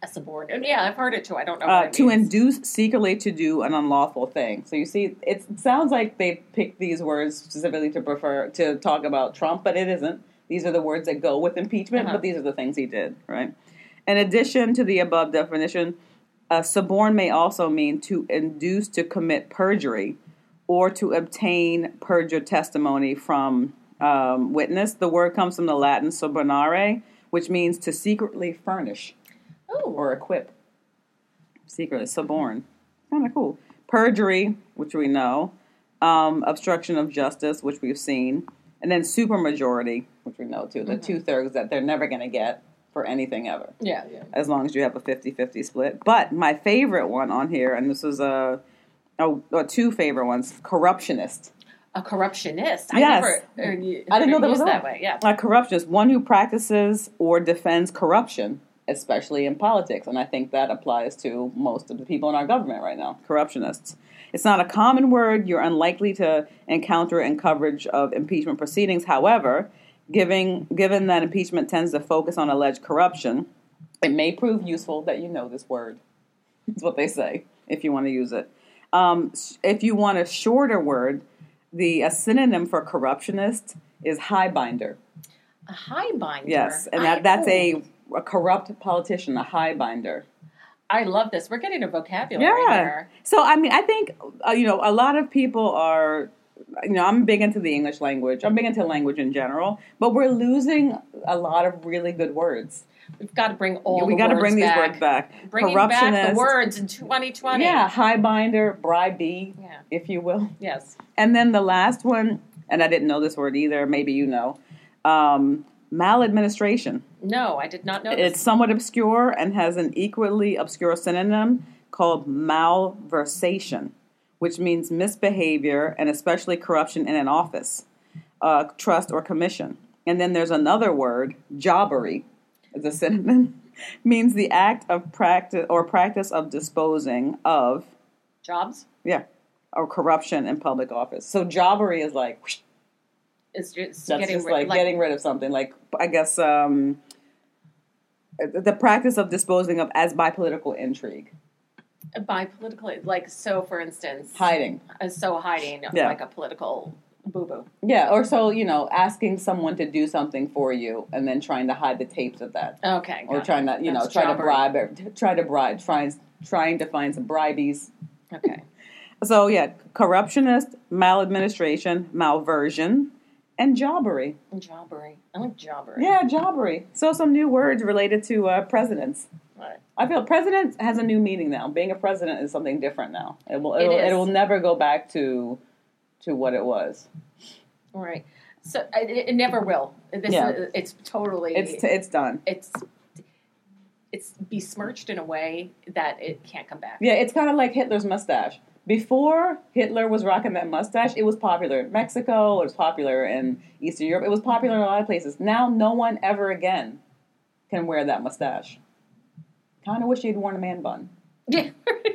Speaker 1: a subordinate yeah I've heard it too I don't know
Speaker 2: uh,
Speaker 1: what it
Speaker 2: to
Speaker 1: means.
Speaker 2: induce secretly to do an unlawful thing. So you see, it's, it sounds like they picked these words specifically to prefer to talk about Trump, but it isn't. These are the words that go with impeachment,
Speaker 1: Uh-huh.
Speaker 2: but these are the things he did. Right. In addition to the above definition, uh, suborn may also mean to induce to commit perjury or to obtain perjured testimony from um, witness. The word comes from the Latin subornare, which means to secretly furnish
Speaker 1: Ooh,
Speaker 2: or equip. Secret, suborn. Kind of cool. Perjury, which we know. Um, obstruction of justice, which we've seen. And then supermajority, which we know too. The two thirds that they're never going to get for anything ever,
Speaker 1: yeah yeah
Speaker 2: as long as you have a 50 50 split. But my favorite one on here, and this is a, a, a two favorite ones corruptionist.
Speaker 1: a corruptionist I
Speaker 2: Yes. Mm-hmm.
Speaker 1: never uh, you-
Speaker 2: I didn't know that
Speaker 1: used
Speaker 2: was a
Speaker 1: that
Speaker 2: word.
Speaker 1: way yeah
Speaker 2: A corruptionist, one who practices or defends corruption especially in politics. And I think that applies to most of the people in our government right now corruptionists. It's not a common word you're unlikely to encounter in coverage of impeachment proceedings. However, giving, given that impeachment tends to focus on alleged corruption, it may prove useful that you know this word. That's what they say if you want to use it. Um, s- if you want a shorter word, the a synonym for corruptionist is highbinder.
Speaker 1: A high binder.
Speaker 2: Yes, and
Speaker 1: I-
Speaker 2: that, that's a, a corrupt politician, a highbinder.
Speaker 1: I love this. We're getting a vocabulary
Speaker 2: Yeah.
Speaker 1: here.
Speaker 2: So I mean, I think uh, you know a lot of people are. You know, I'm big into the English language. I'm big into language in general, but we're losing a lot of really good words.
Speaker 1: We've got to bring all.
Speaker 2: we
Speaker 1: got to
Speaker 2: bring these words back.
Speaker 1: Bringing back the words in 2020.
Speaker 2: Yeah, highbinder, bribee,
Speaker 1: Yeah.
Speaker 2: if you will.
Speaker 1: Yes.
Speaker 2: And then the last one, and I didn't know this word either. Maybe you know, um, maladministration.
Speaker 1: No, I did not know.
Speaker 2: It's
Speaker 1: This.
Speaker 2: somewhat obscure and has an equally obscure synonym called malversation, which means misbehavior and especially corruption in an office, uh, trust, or commission. And then there's another word, jobbery, is a synonym, <laughs> means the act of practice or practice of disposing of,
Speaker 1: jobs.
Speaker 2: yeah, or corruption in public office. So jobbery is like, whoosh,
Speaker 1: It's just
Speaker 2: that's
Speaker 1: getting
Speaker 2: just
Speaker 1: rid-
Speaker 2: like, getting rid of something. Like I guess um, the practice of disposing of as by political intrigue,
Speaker 1: by political like so for instance
Speaker 2: hiding.
Speaker 1: uh, so hiding
Speaker 2: Yeah.
Speaker 1: like a political boo boo.
Speaker 2: Yeah, or so you know, asking someone to do something for you and then trying to hide the tapes of that,
Speaker 1: Okay.
Speaker 2: or
Speaker 1: got
Speaker 2: trying
Speaker 1: it.
Speaker 2: to you know
Speaker 1: Oh, That's
Speaker 2: try to
Speaker 1: jobbery.
Speaker 2: bribe, try to bribe, trying trying to find some bribies.
Speaker 1: Okay.
Speaker 2: So yeah, corruptionist, maladministration, malversion, and jobbery.
Speaker 1: Jobbery. I like jobbery.
Speaker 2: Yeah, jobbery. So some new words related to uh, presidents.
Speaker 1: All right.
Speaker 2: I feel president has a new meaning now. Being a president is something different now. It will.
Speaker 1: It
Speaker 2: It, will,
Speaker 1: is.
Speaker 2: it will never go back to to what it was.
Speaker 1: All right. So I- it, it never will. This
Speaker 2: Yeah.
Speaker 1: is, it's totally
Speaker 2: It's it's done.
Speaker 1: it's it's besmirched in a way that it can't come back.
Speaker 2: Yeah, it's kind of like Hitler's mustache. Before Hitler was rocking that mustache, it was popular in Mexico. It was popular in Eastern Europe. It was popular in a lot of places. Now, no one ever again can wear that mustache. Kind of wish you'd worn a man bun. <laughs>
Speaker 1: Yeah. <laughs> right.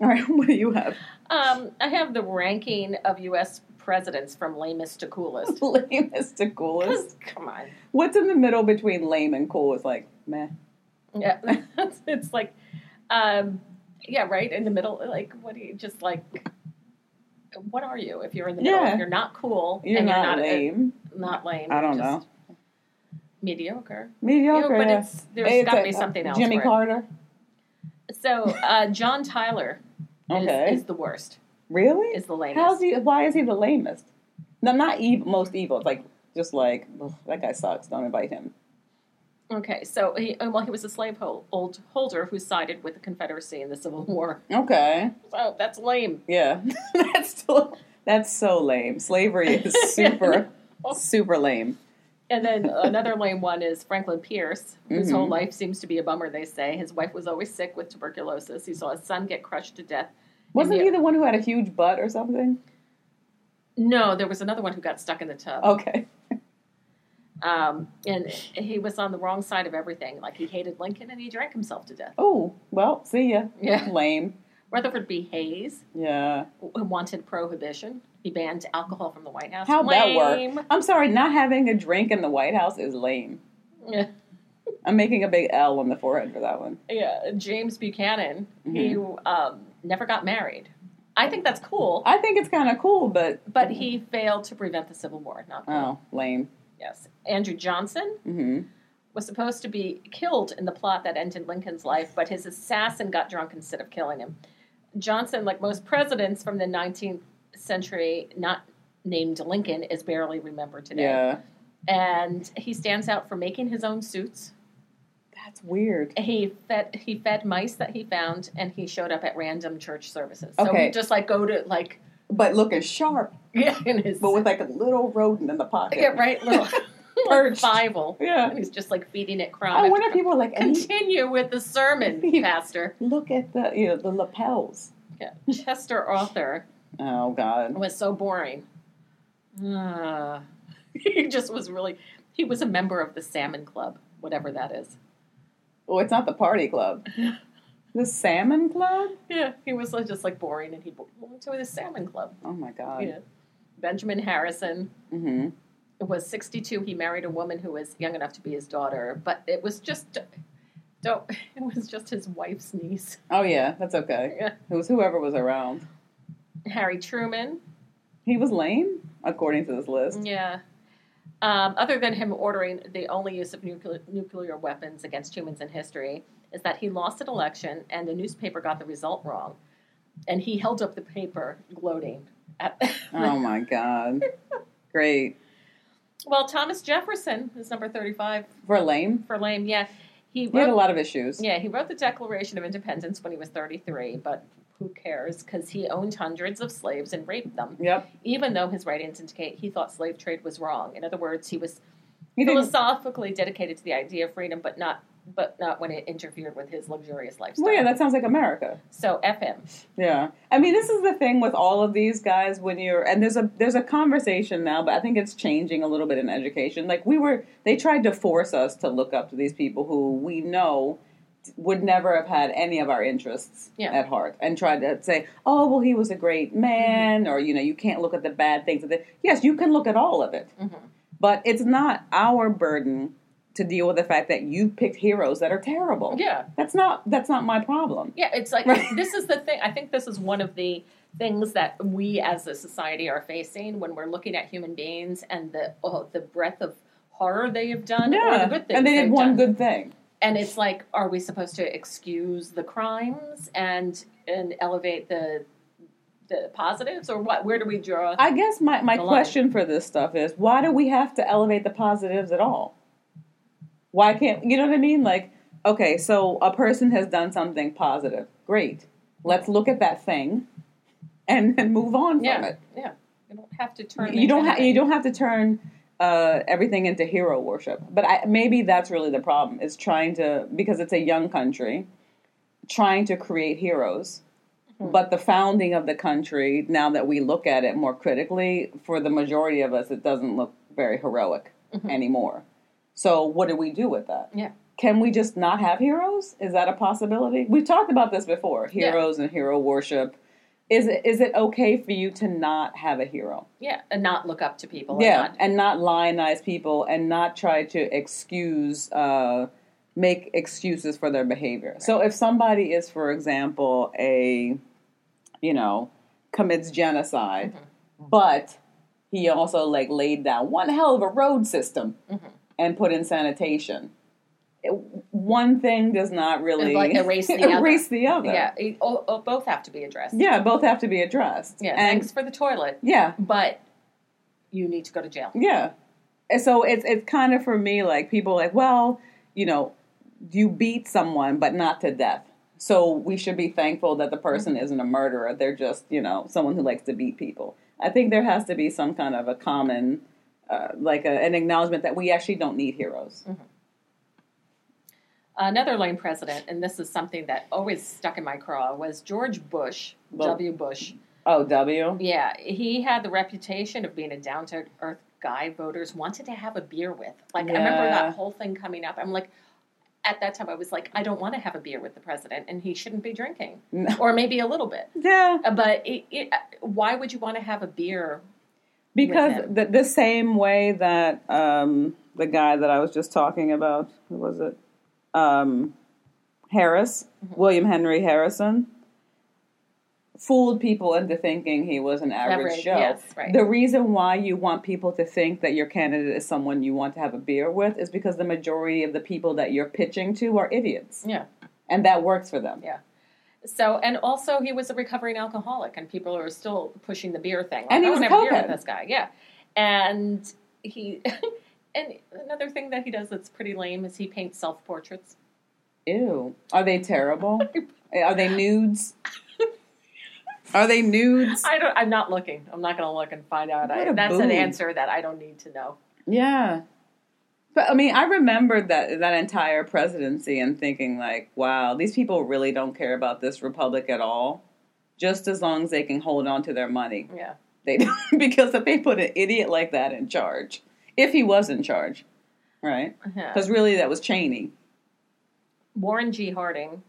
Speaker 2: All right, what do you have? <laughs>
Speaker 1: Um, I have the ranking of U.S. presidents from lamest to
Speaker 2: <laughs>
Speaker 1: coolest.
Speaker 2: Lamest to coolest.
Speaker 1: Come on.
Speaker 2: What's in the middle between lame and cool? It's like meh.
Speaker 1: Yeah, <laughs> it's, it's like, um, yeah, right in the middle. Like, what do you just like? What are you if you're in the middle?
Speaker 2: Yeah.
Speaker 1: If you're not cool
Speaker 2: You're
Speaker 1: and
Speaker 2: not,
Speaker 1: you're not uh,
Speaker 2: lame.
Speaker 1: not lame.
Speaker 2: I
Speaker 1: you're
Speaker 2: don't
Speaker 1: just
Speaker 2: know.
Speaker 1: Mediocre.
Speaker 2: Mediocre.
Speaker 1: Yeah, but
Speaker 2: yeah.
Speaker 1: it's there's
Speaker 2: It's
Speaker 1: got to
Speaker 2: a-
Speaker 1: be something else.
Speaker 2: Jimmy
Speaker 1: for it.
Speaker 2: Carter.
Speaker 1: So uh, John Tyler
Speaker 2: Okay.
Speaker 1: is, is the worst.
Speaker 2: Really?
Speaker 1: Is the lamest.
Speaker 2: How's he? Why is he the lamest? No, not ev- most evil. It's like just like ugh, that guy sucks. Don't invite him.
Speaker 1: Okay, so he oh, well he was a slave hol- old holder who sided with the Confederacy in the Civil War. <laughs>
Speaker 2: Okay.
Speaker 1: So that's lame.
Speaker 2: Yeah. <laughs> that's still, that's so lame.
Speaker 1: <laughs>
Speaker 2: Slavery is super
Speaker 1: Oh.
Speaker 2: super lame.
Speaker 1: And then another lame one is Franklin Pierce, whose
Speaker 2: Mm-hmm.
Speaker 1: whole life seems to be a bummer, they say. His wife was always sick with tuberculosis. He saw his son get crushed to death.
Speaker 2: Wasn't he
Speaker 1: Yeah.
Speaker 2: the one who had a huge butt or something?
Speaker 1: No, there was another one who got stuck in the tub.
Speaker 2: Okay. Oh.
Speaker 1: Um, and he was on the wrong side of everything. Like, he hated Lincoln and he drank himself to death.
Speaker 2: Oh well, see ya.
Speaker 1: Yeah.
Speaker 2: Lame.
Speaker 1: Rutherford B. Hayes
Speaker 2: Yeah.
Speaker 1: w- wanted prohibition. He banned alcohol from the White House.
Speaker 2: How'd
Speaker 1: lame. <laughs>
Speaker 2: that work? I'm sorry. Not having a drink in the White House is lame.
Speaker 1: Yeah.
Speaker 2: I'm making a big L on the forehead for that one.
Speaker 1: yeah. James Buchanan, he um, never got married. I think that's cool,
Speaker 2: Mm-hmm. I think it's kind of cool, but
Speaker 1: but he failed to prevent the Civil War. Not cool.
Speaker 2: oh, lame.
Speaker 1: Yes. Andrew Johnson
Speaker 2: hmm
Speaker 1: was supposed to be killed in the plot that ended Lincoln's life, but his assassin got drunk instead of killing him. Johnson, like most presidents from the 19th century, not named Lincoln, is barely remembered today.
Speaker 2: Yeah,
Speaker 1: And he stands out for making his own suits.
Speaker 2: that's weird.
Speaker 1: He fed he fed mice that he found, and he showed up at random church services. So
Speaker 2: Okay.
Speaker 1: he just like go to like <laughs>
Speaker 2: But looking sharp,
Speaker 1: yeah, in his
Speaker 2: but with like a little rodent in the pocket.
Speaker 1: yeah, right
Speaker 2: <laughs>
Speaker 1: little like
Speaker 2: Perched.
Speaker 1: Bible.
Speaker 2: Yeah.
Speaker 1: And he's just like feeding it crumb.
Speaker 2: I
Speaker 1: after
Speaker 2: wonder if
Speaker 1: crumb.
Speaker 2: people are like and
Speaker 1: <laughs>
Speaker 2: he-
Speaker 1: continue with the
Speaker 2: <laughs>
Speaker 1: sermon, Pastor.
Speaker 2: look at the you know, the lapels.
Speaker 1: Yeah. Chester Arthur
Speaker 2: Oh God.
Speaker 1: was so boring. Ah. <laughs> he just was really. He was a member of the Salmon Club, whatever that is.
Speaker 2: Oh, it's not the
Speaker 1: <laughs>
Speaker 2: party club. The salmon club?
Speaker 1: Yeah, he was like, just like boring, and he bo- went to the Salmon Club.
Speaker 2: Oh my god.
Speaker 1: Yeah. Benjamin Harrison
Speaker 2: Mm-hmm.
Speaker 1: was 62. He married a woman who was young enough to be his daughter, but it was just don't. <laughs> It was just his wife's niece.
Speaker 2: Oh yeah, that's okay.
Speaker 1: Yeah.
Speaker 2: It was whoever was around.
Speaker 1: Harry Truman.
Speaker 2: He was lame, according to this list.
Speaker 1: Yeah. Um, other than him ordering the only use of nuclear, nuclear weapons against humans in history, is that he lost an election and the newspaper got the result wrong. And he held up the paper gloating.
Speaker 2: <laughs>
Speaker 1: At
Speaker 2: Oh
Speaker 1: <laughs>
Speaker 2: my god. Great.
Speaker 1: well, Thomas Jefferson is number 35
Speaker 2: For lame?
Speaker 1: for lame. Yeah. He
Speaker 2: He had a
Speaker 1: wrote,
Speaker 2: lot of issues.
Speaker 1: yeah, he wrote the Declaration of Independence when he was 33, but who cares? Because he owned hundreds of slaves and raped them,
Speaker 2: Yep.
Speaker 1: even though his writings indicate he thought slave trade was wrong. In other words, he was
Speaker 2: He didn't
Speaker 1: philosophically dedicated to the idea of freedom, but not but not when it interfered with his luxurious lifestyle.
Speaker 2: Well yeah, that sounds like America.
Speaker 1: so F him.
Speaker 2: Yeah. I mean, this is the thing with all of these guys when you're and there's a there's a conversation now, but I think it's changing a little bit in education. Like we were they tried to force us to look up to these people who we know would never have had any of our interests
Speaker 1: Yeah. Mm-hmm.
Speaker 2: at heart and tried to say, "Oh, well he was a great man," or you know, you can't look at the bad things of it. Yes, you can look at all of it.
Speaker 1: Mm-hmm.
Speaker 2: But it's not our burden to deal with the fact that you picked heroes that are terrible.
Speaker 1: Yeah.
Speaker 2: That's not that's not my problem.
Speaker 1: Yeah, it's like
Speaker 2: Right.
Speaker 1: this is the thing. I think this is one of the things that we as a society are facing when we're looking at human beings and the oh, the breadth of horror they have done or the good things
Speaker 2: and they did
Speaker 1: they've
Speaker 2: one
Speaker 1: done.
Speaker 2: good thing.
Speaker 1: and it's like are we supposed to excuse the crimes and and elevate the the positives or what where do we draw
Speaker 2: I guess my, my
Speaker 1: The line.
Speaker 2: question for this stuff is why do we have to elevate the positives at all? Why can't you know what I mean? Like, okay, so a person has done something positive. Great. Let's look at that thing and, and move on from
Speaker 1: yeah
Speaker 2: it.
Speaker 1: yeah you don't have to turn
Speaker 2: You don't
Speaker 1: have
Speaker 2: ha- you don't have to turn uh, everything into hero worship. But I, maybe that's really the problem. Is trying to because it's a young country, trying to create heroes.
Speaker 1: Hmm.
Speaker 2: But the founding of the country, now that we look at it more critically, for the majority of us, it doesn't look very heroic anymore. So what do we do with that?
Speaker 1: Mm-hmm. yeah
Speaker 2: Can we just not have heroes? Is that a possibility? We've talked about this before:
Speaker 1: Yeah.
Speaker 2: heroes and hero worship. Is it is it okay for you to not have a hero?
Speaker 1: Yeah, and not look up to people. and
Speaker 2: yeah,
Speaker 1: not-
Speaker 2: and not lionize people and not try to excuse, uh, make excuses for their behavior. So if somebody is, for example, a, you know, commits genocide,
Speaker 1: Mm-hmm.
Speaker 2: but he also like laid down one hell of a road system
Speaker 1: Mm-hmm.
Speaker 2: and put in sanitation. It- one thing does not really
Speaker 1: like, erase the other.
Speaker 2: <laughs> erase the other.
Speaker 1: yeah, it- oh, oh, both have to be addressed.
Speaker 2: Yeah, both have to be addressed.
Speaker 1: Yeah,
Speaker 2: and
Speaker 1: thanks for the toilet,
Speaker 2: yeah,
Speaker 1: but you need to go to jail.
Speaker 2: Yeah. And so it's it's kind of for me like people are like, well, you know, you beat someone but not to death. So we should be thankful that the person isn't a murderer. They're just, you know, someone who likes to beat people. I think there has to be some kind of a common uh, like a, an acknowledgement that we actually don't need heroes.
Speaker 1: Another lame president, and this is something that always stuck in my craw, was George Bush,
Speaker 2: Well-
Speaker 1: W. Bush.
Speaker 2: Oh, W.
Speaker 1: Yeah, he had the reputation of being a down to earth guy voters wanted to have a beer with. Like, I remember
Speaker 2: Yeah.
Speaker 1: that whole thing coming up. I'm like, at that time, I was like, I don't want to have a beer with the president, and he shouldn't be drinking.
Speaker 2: No.
Speaker 1: Or maybe a little bit.
Speaker 2: Yeah.
Speaker 1: Uh, But it, it, why would you want to have a beer
Speaker 2: because
Speaker 1: him.
Speaker 2: the, the same way that um, the guy that I was just talking about, who was it? Um, Harris,
Speaker 1: Mm-hmm.
Speaker 2: William Henry Harrison, fooled people into thinking he was an average,
Speaker 1: Average,
Speaker 2: Joe.
Speaker 1: yes, right.
Speaker 2: The reason why you want people to think that your candidate is someone you want to have a beer with is because the majority of the people that you're pitching to are idiots,
Speaker 1: Yeah,
Speaker 2: and that works for them.
Speaker 1: yeah. So, and also he was a recovering alcoholic, and people are still pushing the beer thing. Like,
Speaker 2: And he
Speaker 1: I
Speaker 2: was
Speaker 1: would have a beer
Speaker 2: cokehead.
Speaker 1: with this guy, yeah. And he, <laughs> and another thing that he does that's pretty lame is he paints self portraits.
Speaker 2: Ew. Are
Speaker 1: <laughs>
Speaker 2: they terrible? are they nudes? Are they nudes?
Speaker 1: I don't. I'm not looking. I'm not going to look and find out.
Speaker 2: What
Speaker 1: I,
Speaker 2: a
Speaker 1: that's
Speaker 2: boob.
Speaker 1: an answer that I don't need to know.
Speaker 2: Yeah. But I mean, I remember that that entire presidency and thinking like, wow, these people really don't care about this republic at all. Just as long as they can hold on to their money.
Speaker 1: Yeah.
Speaker 2: They <laughs> because if they put an idiot like that in charge, if he was in charge, right?
Speaker 1: Yeah.
Speaker 2: Cuz really that was Cheney.
Speaker 1: Warren G. Harding.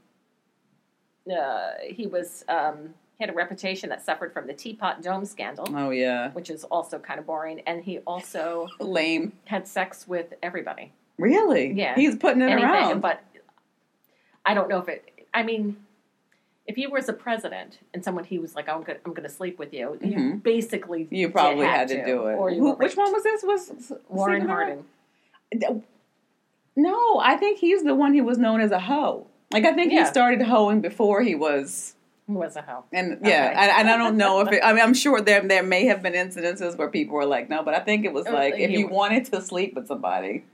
Speaker 1: Uh, he was um, he had a reputation that suffered from the Teapot Dome scandal,
Speaker 2: Oh yeah,
Speaker 1: which is also kind of boring. And he also
Speaker 2: lame.
Speaker 1: had sex with everybody,
Speaker 2: Really?
Speaker 1: Yeah.
Speaker 2: He's putting it
Speaker 1: anything.
Speaker 2: around.
Speaker 1: But I don't know if it. I mean, if he was a president and someone he was like, "I'm gonna, I'm gonna sleep with you," you
Speaker 2: Mhm.
Speaker 1: basically
Speaker 2: you
Speaker 1: did
Speaker 2: probably
Speaker 1: have
Speaker 2: had to, do it.
Speaker 1: Or you
Speaker 2: Who-
Speaker 1: were
Speaker 2: which
Speaker 1: raped.
Speaker 2: one was this? Was
Speaker 1: Warren
Speaker 2: Stephen
Speaker 1: Harding.
Speaker 2: No, I think he's the one who was known as a hoe. Like I think
Speaker 1: Yeah.
Speaker 2: he started hoeing before he was,
Speaker 1: Who was a hoe?
Speaker 2: and yeah,
Speaker 1: Okay.
Speaker 2: and, and I don't know if it, I mean I'm sure there there may have been incidences where people were like no, but I think it was
Speaker 1: Oh,
Speaker 2: like if
Speaker 1: he-
Speaker 2: you wanted to sleep with somebody,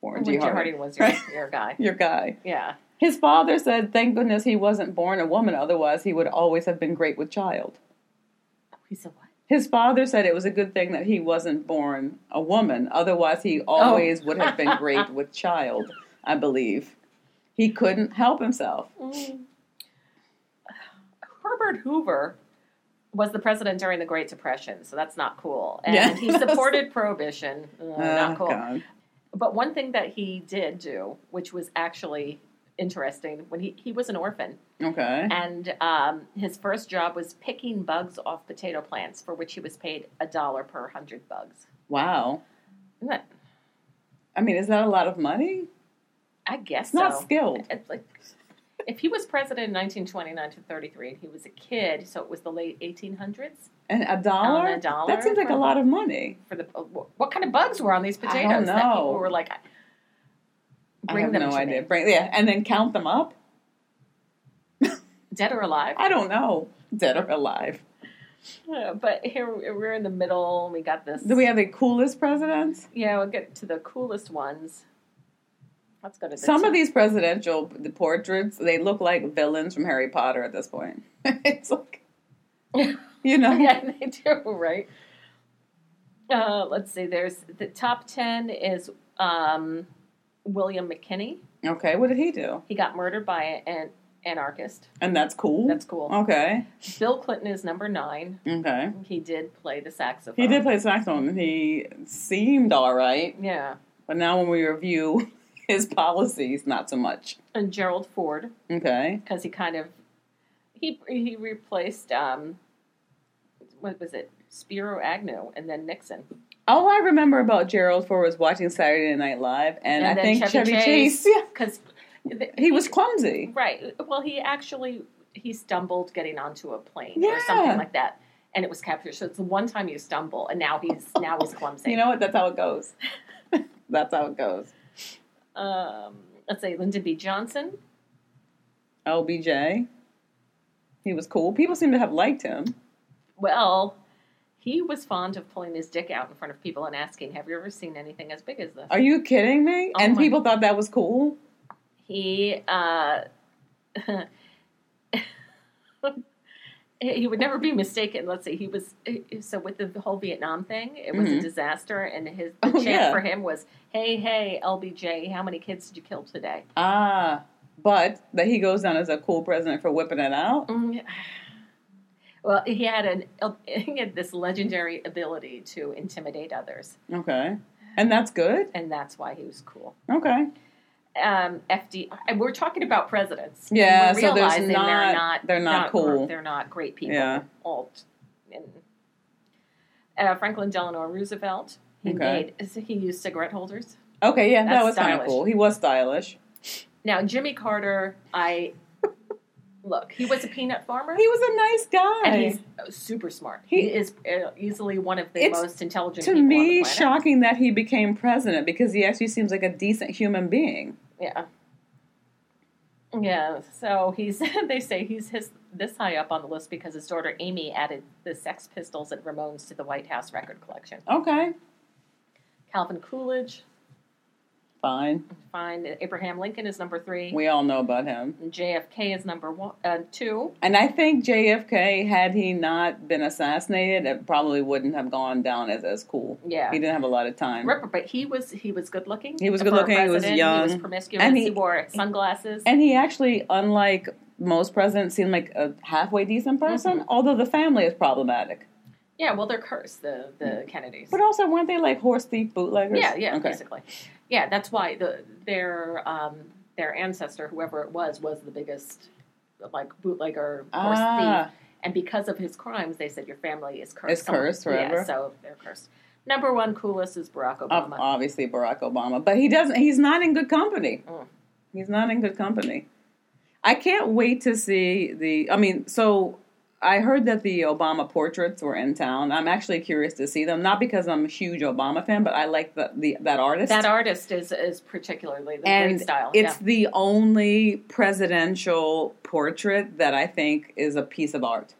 Speaker 2: Warren
Speaker 1: Warren
Speaker 2: G.
Speaker 1: G.
Speaker 2: Harding,
Speaker 1: Harding was your,
Speaker 2: Right. <laughs>
Speaker 1: your guy.
Speaker 2: your guy.
Speaker 1: Yeah.
Speaker 2: His father said, "Thank goodness he wasn't born a woman, otherwise he would always have been great with child."
Speaker 1: He said what?
Speaker 2: His father said it was a good thing that he wasn't born a woman, otherwise he
Speaker 1: Oh.
Speaker 2: always would have been great with child. I believe he couldn't help himself.
Speaker 1: Mm, Herbert Hoover was the president during the Great Depression, so that's not cool. And
Speaker 2: Yeah. <laughs>
Speaker 1: he supported prohibition, uh,
Speaker 2: Oh,
Speaker 1: not cool.
Speaker 2: God.
Speaker 1: But one thing that he did do, which was actually interesting, when he, he was an orphan,
Speaker 2: Okay.
Speaker 1: and um, his first job was picking bugs off potato plants, for which he was paid a dollar per hundred bugs.
Speaker 2: Wow.
Speaker 1: Isn't that,
Speaker 2: I mean, is that a lot of money?
Speaker 1: I guess
Speaker 2: It's not
Speaker 1: so.
Speaker 2: skilled.
Speaker 1: It's like, if he was president in 1920, 1933, and he was a kid, so it was the late 1800s,
Speaker 2: And a dollar?
Speaker 1: a dollar
Speaker 2: That seems like a
Speaker 1: for-
Speaker 2: lot of money.
Speaker 1: for the uh, what kind of bugs were on these
Speaker 2: don't
Speaker 1: potatoes that
Speaker 2: know.
Speaker 1: people were like
Speaker 2: I
Speaker 1: bring
Speaker 2: have
Speaker 1: them
Speaker 2: no
Speaker 1: to
Speaker 2: idea.
Speaker 1: me
Speaker 2: Bring, yeah, and then count them up.
Speaker 1: dead or alive <laughs>
Speaker 2: I don't know, dead or alive.
Speaker 1: Uh, but here we- we're in the middle we got this
Speaker 2: Do we have the coolest presidents?
Speaker 1: yeah we'll get to the coolest ones let's go to this
Speaker 2: Some
Speaker 1: one. <laughs>
Speaker 2: of these presidential the portraits, they look like villains from Harry Potter at this point. <laughs> it's like, you know,
Speaker 1: yeah they do right uh, let's see there's the top 10 is um, william mckinney
Speaker 2: okay, what did he do?
Speaker 1: he got murdered by an anarchist
Speaker 2: And that's cool.
Speaker 1: That's cool.
Speaker 2: Okay,
Speaker 1: bill clinton is number nine
Speaker 2: okay.
Speaker 1: he did play the saxophone
Speaker 2: He did play saxophone. and He seemed all right.
Speaker 1: yeah
Speaker 2: But now when we review <laughs> his policies, not so much.
Speaker 1: and gerald ford
Speaker 2: Okay.
Speaker 1: because he kind of he he replaced um what was it Spiro Agnew and then Nixon.
Speaker 2: All I remember about Gerald Ford was watching Saturday Night Live, and, I
Speaker 1: then
Speaker 2: think Chevy, Chase, yeah,
Speaker 1: because
Speaker 2: he was clumsy.
Speaker 1: right. Well, he actually he stumbled getting onto a plane
Speaker 2: Yeah.
Speaker 1: or something like that, and it was captured. So it's the one time you stumble, and now he's now he's clumsy.
Speaker 2: You know what? That's how it goes. That's how it goes.
Speaker 1: um, let's say Lyndon B. Johnson.
Speaker 2: LBJ. He was cool. People seem to have liked him.
Speaker 1: Well, he was fond of pulling his dick out in front of people and asking, "Have you ever seen anything as big as this?"
Speaker 2: Are you kidding me?
Speaker 1: Oh
Speaker 2: and
Speaker 1: my-
Speaker 2: people thought that was cool.
Speaker 1: he uh, <laughs> he would never be mistaken. Let's see, he was so with the whole Vietnam thing, it was
Speaker 2: Mhm.
Speaker 1: a disaster, and his the
Speaker 2: Oh,
Speaker 1: chant
Speaker 2: yeah.
Speaker 1: for him was, "Hey, hey, LBJ, how many kids did you kill today?"
Speaker 2: Ah, but that he goes down as a cool president for whipping it out.
Speaker 1: Mm. Well, he had an he had this legendary ability to intimidate others,
Speaker 2: Okay. And that's good.
Speaker 1: and that's why he was cool.
Speaker 2: Okay.
Speaker 1: um, FD. And we're talking about presidents.
Speaker 2: Yeah,
Speaker 1: And we're
Speaker 2: so there's
Speaker 1: realizing
Speaker 2: not-
Speaker 1: they're not
Speaker 2: they're not cool.
Speaker 1: They're not great people.
Speaker 2: Yeah.
Speaker 1: All t- and, uh, Franklin Delano Roosevelt. He
Speaker 2: Okay.
Speaker 1: made. so He used cigarette holders.
Speaker 2: Okay, yeah, that
Speaker 1: That's
Speaker 2: was kind of
Speaker 1: stylish.
Speaker 2: cool. He was stylish.
Speaker 1: Now Jimmy Carter,
Speaker 2: <laughs>
Speaker 1: I look. He was a peanut farmer.
Speaker 2: He was a nice guy.
Speaker 1: and he's uh, super smart. He,
Speaker 2: He-
Speaker 1: is uh, easily one of the
Speaker 2: It's,
Speaker 1: most intelligent
Speaker 2: to
Speaker 1: people on the
Speaker 2: me,
Speaker 1: planet.
Speaker 2: shocking that he became president because he actually seems like a decent human being.
Speaker 1: Yeah. Yeah. So he's <laughs> they say he's his this high up on the list because his daughter Amy added the Sex Pistols and Ramones to the White House record collection.
Speaker 2: Okay,
Speaker 1: Calvin Coolidge,
Speaker 2: fine.
Speaker 1: fine. Abraham Lincoln is number three.
Speaker 2: We all know about him.
Speaker 1: JFK is number one, uh, two.
Speaker 2: And I think JFK, had he not been assassinated, it probably wouldn't have gone down as as cool.
Speaker 1: Yeah.
Speaker 2: he didn't have a lot of time.
Speaker 1: Remember, but he was he was good looking.
Speaker 2: He was
Speaker 1: for a
Speaker 2: good-looking, he was
Speaker 1: president. He
Speaker 2: young.
Speaker 1: was promiscuous.
Speaker 2: And
Speaker 1: And
Speaker 2: he-
Speaker 1: he, wore sunglasses.
Speaker 2: And he actually, unlike most presidents, seemed like a halfway decent person. Although the family is problematic,
Speaker 1: yeah. Well, they're cursed. The the Kennedys.
Speaker 2: Mm. but also weren't they like horse thief bootleggers?
Speaker 1: Yeah, yeah,
Speaker 2: Okay.
Speaker 1: basically. Yeah, that's why the their um, their ancestor, whoever it was, was the biggest like bootlegger horse
Speaker 2: Ah,
Speaker 1: thief, and because of his crimes, they said your family is cursed.
Speaker 2: Is cursed
Speaker 1: Someone-
Speaker 2: forever.
Speaker 1: Yeah, so they're cursed. Number one coolest is Barack
Speaker 2: ob-
Speaker 1: Obama.
Speaker 2: obviously Barack Obama, but he doesn't. He's not in good company.
Speaker 1: Mm.
Speaker 2: He's not in good company. I can't wait to see the. I mean, so I heard that the Obama portraits were in town. I'm actually curious to see them, not because I'm a huge Obama fan, but I like the, the that artist.
Speaker 1: that artist is is particularly the
Speaker 2: and
Speaker 1: great style.
Speaker 2: it's
Speaker 1: yeah.
Speaker 2: the only presidential portrait that I think is a piece of art.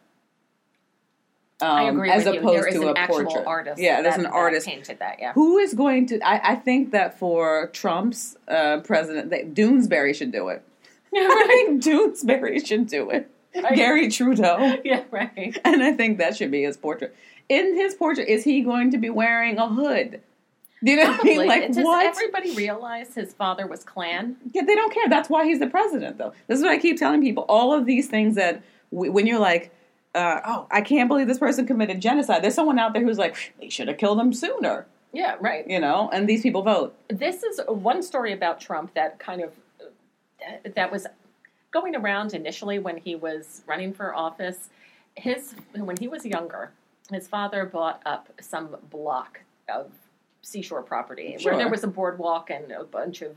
Speaker 2: Um,
Speaker 1: I agree
Speaker 2: as
Speaker 1: with you.
Speaker 2: opposed
Speaker 1: There is
Speaker 2: to
Speaker 1: an
Speaker 2: a
Speaker 1: actual
Speaker 2: portrait.
Speaker 1: artist.
Speaker 2: Yeah, there's
Speaker 1: that-
Speaker 2: an
Speaker 1: that
Speaker 2: artist
Speaker 1: painted that. Yeah.
Speaker 2: who is going to? I, I think that for Trump's uh, president, that Doonesbury should do it. <laughs> I think Doonesbury should do it.
Speaker 1: Right.
Speaker 2: Gary Trudeau,
Speaker 1: <laughs> yeah. Right.
Speaker 2: and <laughs> I think that should be his portrait. In his portrait, is he going to be wearing a hood? Do you know what I mean?
Speaker 1: Like,
Speaker 2: Like
Speaker 1: does
Speaker 2: what?
Speaker 1: everybody realize his father was Klan?
Speaker 2: Yeah, they don't care. That's why he's the president, though. This is what I keep telling people. All of these things that w- when you're like, uh, oh, I can't believe this person committed genocide. There's someone out there who's like, they should have killed him sooner,
Speaker 1: Yeah. Right.
Speaker 2: you know. And these people vote.
Speaker 1: this is one story about Trump that kind of that, that was going around initially when he was running for office. His when he was younger, his father bought up some block of seashore property
Speaker 2: Sure.
Speaker 1: where there was a boardwalk and a bunch of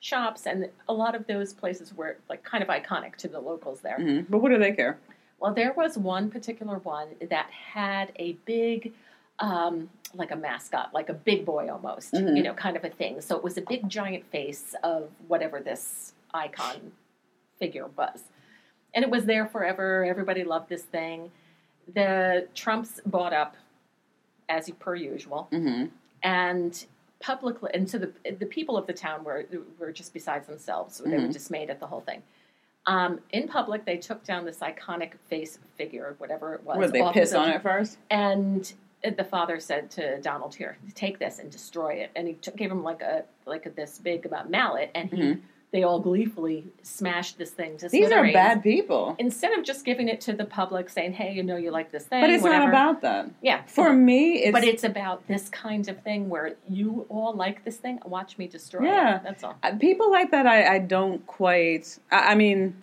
Speaker 1: shops, and a lot of those places were like kind of iconic to the locals there.
Speaker 2: Mhm. But what do they care?
Speaker 1: Well, there was one particular one that had a big, um, like a mascot, like a big boy almost,
Speaker 2: Mhm.
Speaker 1: you know, kind of a thing. So it was a big giant face of whatever this icon figure was. And it was there forever. Everybody loved this thing. The Trumps bought up, as per usual,
Speaker 2: hmm
Speaker 1: and publicly and so the the people of the town were were just besides themselves they were
Speaker 2: Mhm.
Speaker 1: dismayed at the whole thing um, in public they took down this iconic face figure whatever it was
Speaker 2: What they
Speaker 1: off
Speaker 2: piss
Speaker 1: of the-
Speaker 2: on it first?
Speaker 1: and the father said to donald here take this and destroy it and he took, gave him like a like this big about mallet and he
Speaker 2: Mhm.
Speaker 1: they all gleefully smashed this thing to
Speaker 2: These are
Speaker 1: smithereens.
Speaker 2: bad people.
Speaker 1: instead of just giving it to the public saying hey you know you like this thing
Speaker 2: But it's
Speaker 1: whatever.
Speaker 2: not about them.
Speaker 1: yeah
Speaker 2: For me, it's,
Speaker 1: but it's about this kind of thing where you all like this thing. Watch me destroy
Speaker 2: Yeah.
Speaker 1: it. That's all.
Speaker 2: Uh, people like that. I, I don't quite. I, I mean,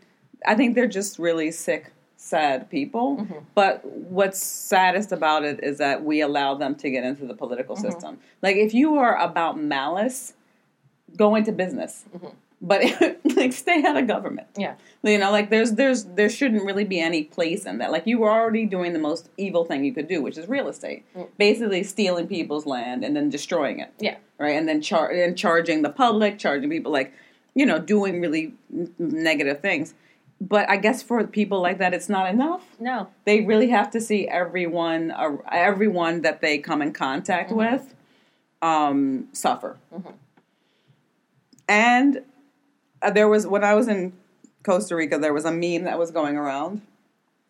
Speaker 2: I think they're just really sick, sad people.
Speaker 1: Mhm.
Speaker 2: But what's saddest about it is that we allow them to get into the political
Speaker 1: Mm-hmm.
Speaker 2: system. Like, if you are about malice, go into business.
Speaker 1: Mhm.
Speaker 2: But <laughs> like, stay out of government.
Speaker 1: Yeah.
Speaker 2: You know, like there's there's there shouldn't really be any place in that. Like you were already doing the most evil thing you could do, which is real estate,
Speaker 1: Mm.
Speaker 2: basically stealing people's land and then destroying it
Speaker 1: Yeah.
Speaker 2: right? And then char- and charging the public, charging people, like you know, doing really n- negative things. But I guess for people like that, it's not enough.
Speaker 1: No.
Speaker 2: They really have to see everyone, uh, everyone that they come in contact with, um, suffer. And uh, there was when I was in Costa Rica, there was a meme that was going around,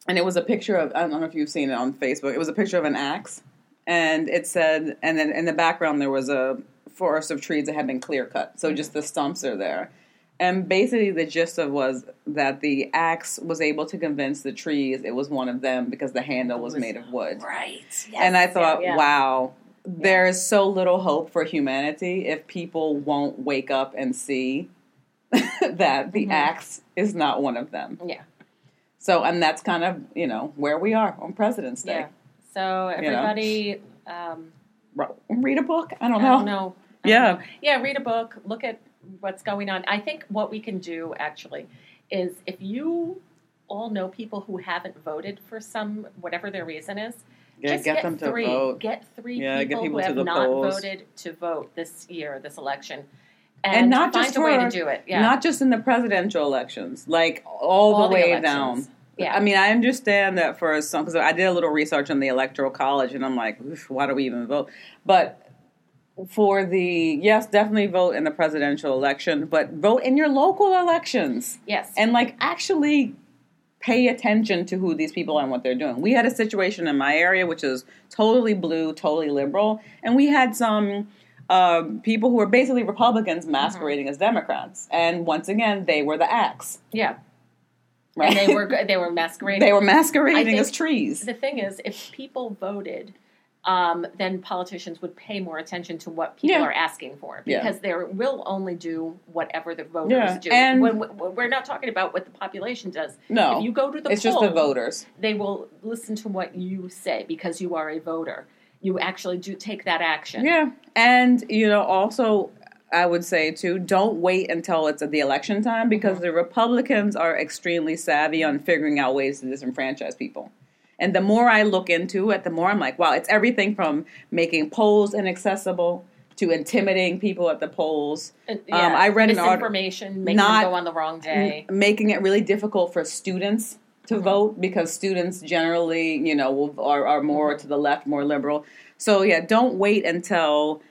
Speaker 2: and it was a picture of I don't know if you've seen it on Facebook. It was a picture of an axe, and it said, and then in the background there was a forest of trees that had been clear cut, so just the stumps are there. And basically, the gist of was that the axe was able to convince the trees it was one of them because the handle was, made of wood.
Speaker 1: Right.
Speaker 2: And I thought,
Speaker 1: Yeah, yeah.
Speaker 2: wow, there is so little hope for humanity if people won't wake up and see <laughs> that the axe is not one of them.
Speaker 1: Mm-hmm. Yeah.
Speaker 2: So, and that's kind of, you know, where we are on President's Day.
Speaker 1: Yeah. So
Speaker 2: You know.
Speaker 1: everybody, um,
Speaker 2: Ro- Read a book? I don't
Speaker 1: I
Speaker 2: know.
Speaker 1: don't know. I don't
Speaker 2: Oh. Yeah.
Speaker 1: know. Yeah. Read a book. Look at what's going on. I think what we can do actually is if you all know people who haven't voted for some whatever their reason is.
Speaker 2: Yeah,
Speaker 1: just
Speaker 2: get
Speaker 1: get
Speaker 2: them to
Speaker 1: three,
Speaker 2: vote.
Speaker 1: Get three
Speaker 2: Yeah, get
Speaker 1: people,
Speaker 2: people
Speaker 1: who
Speaker 2: to
Speaker 1: have
Speaker 2: the
Speaker 1: not
Speaker 2: polls.
Speaker 1: voted to vote this year, this election,
Speaker 2: And
Speaker 1: and,
Speaker 2: not
Speaker 1: find
Speaker 2: just
Speaker 1: a way to
Speaker 2: for-
Speaker 1: do it. Yeah,
Speaker 2: Not just in the presidential elections, like all,
Speaker 1: All
Speaker 2: the
Speaker 1: the
Speaker 2: way
Speaker 1: elections.
Speaker 2: down.
Speaker 1: Yeah.
Speaker 2: I mean, I understand that for some, because I did a little research on the Electoral College and I'm like, "Oof, why do we even vote? But for the, yes, definitely vote in the presidential election, but vote in your local elections
Speaker 1: yes,
Speaker 2: and like actually pay attention to who these people are and what they're doing. We had a situation in my area which is totally blue, totally liberal, and we had some um people who were basically Republicans masquerading
Speaker 1: Mm-hmm.
Speaker 2: as Democrats, and once again they were the axe,
Speaker 1: yeah.
Speaker 2: right?
Speaker 1: And they were they were masquerading.
Speaker 2: <laughs> They were
Speaker 1: I
Speaker 2: masquerading
Speaker 1: think
Speaker 2: as trees.
Speaker 1: The thing is, if people voted um, then politicians would pay more attention to what people
Speaker 2: Yeah.
Speaker 1: are asking for
Speaker 2: Yeah.
Speaker 1: because they will only do whatever the voters
Speaker 2: Yeah,
Speaker 1: do.
Speaker 2: and-
Speaker 1: when, when- we're not talking about what the population does.
Speaker 2: No.
Speaker 1: if you go to the
Speaker 2: it's
Speaker 1: poll,
Speaker 2: just the voters.
Speaker 1: they will listen to what you say because you are a voter. You actually do take that action.
Speaker 2: Yeah. And, you know, also, I would say, too, don't wait until it's at the election time because the Republicans are extremely savvy on figuring out ways to disenfranchise people. And the more I look into it, the more I'm like, wow, it's everything from making polls inaccessible to intimidating people at the polls.
Speaker 1: And-
Speaker 2: Um, I read an article
Speaker 1: misinformation, making
Speaker 2: Not-
Speaker 1: them go on the wrong day.
Speaker 2: making it really difficult for students to vote because students generally, you know, will, are, are more to the left, more liberal. So yeah, don't wait until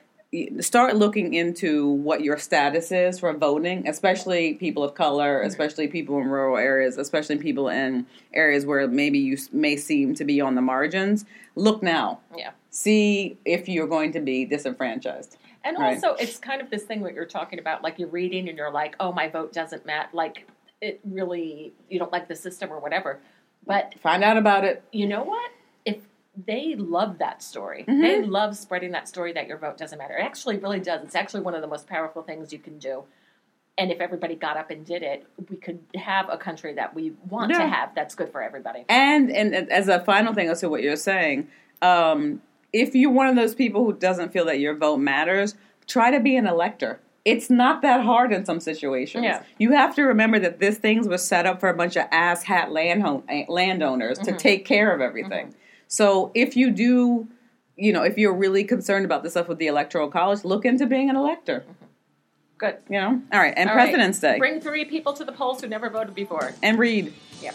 Speaker 2: start looking into what your status is for voting, especially people of color, especially people in rural areas, especially people in areas where maybe you s- may seem to be on the margins. Look now.
Speaker 1: yeah.
Speaker 2: See if you're going to be disenfranchised.
Speaker 1: And
Speaker 2: Right.
Speaker 1: also, it's kind of this thing what you're talking about. Like you're reading and you're like, oh, my vote doesn't matter. Like it really, you don't like the system or whatever. But
Speaker 2: Find out about it.
Speaker 1: you know what? If they love that story,
Speaker 2: Mm-hmm.
Speaker 1: they love spreading that story that your vote doesn't matter. It actually really does. It's actually one of the most powerful things you can do. And if everybody got up and did it, we could have a country that we want
Speaker 2: Yeah.
Speaker 1: to have that's good for everybody.
Speaker 2: And and as a final thing as to what you're saying, um, if you're one of those people who doesn't feel that your vote matters, try to be an elector. It's not that hard in some situations.
Speaker 1: Yeah.
Speaker 2: You have to remember that this things was set up for a bunch of ass hat landho- eh, landowners
Speaker 1: Mm-hmm.
Speaker 2: to take care of everything. So if you do, you know, if you're really concerned about the stuff with the electoral college, look into being an elector.
Speaker 1: Good.
Speaker 2: You know, all right,
Speaker 1: Mm-hmm.
Speaker 2: and
Speaker 1: All right.
Speaker 2: President's Day,
Speaker 1: Bring three people to the polls who never voted before.
Speaker 2: and read.
Speaker 1: Yep.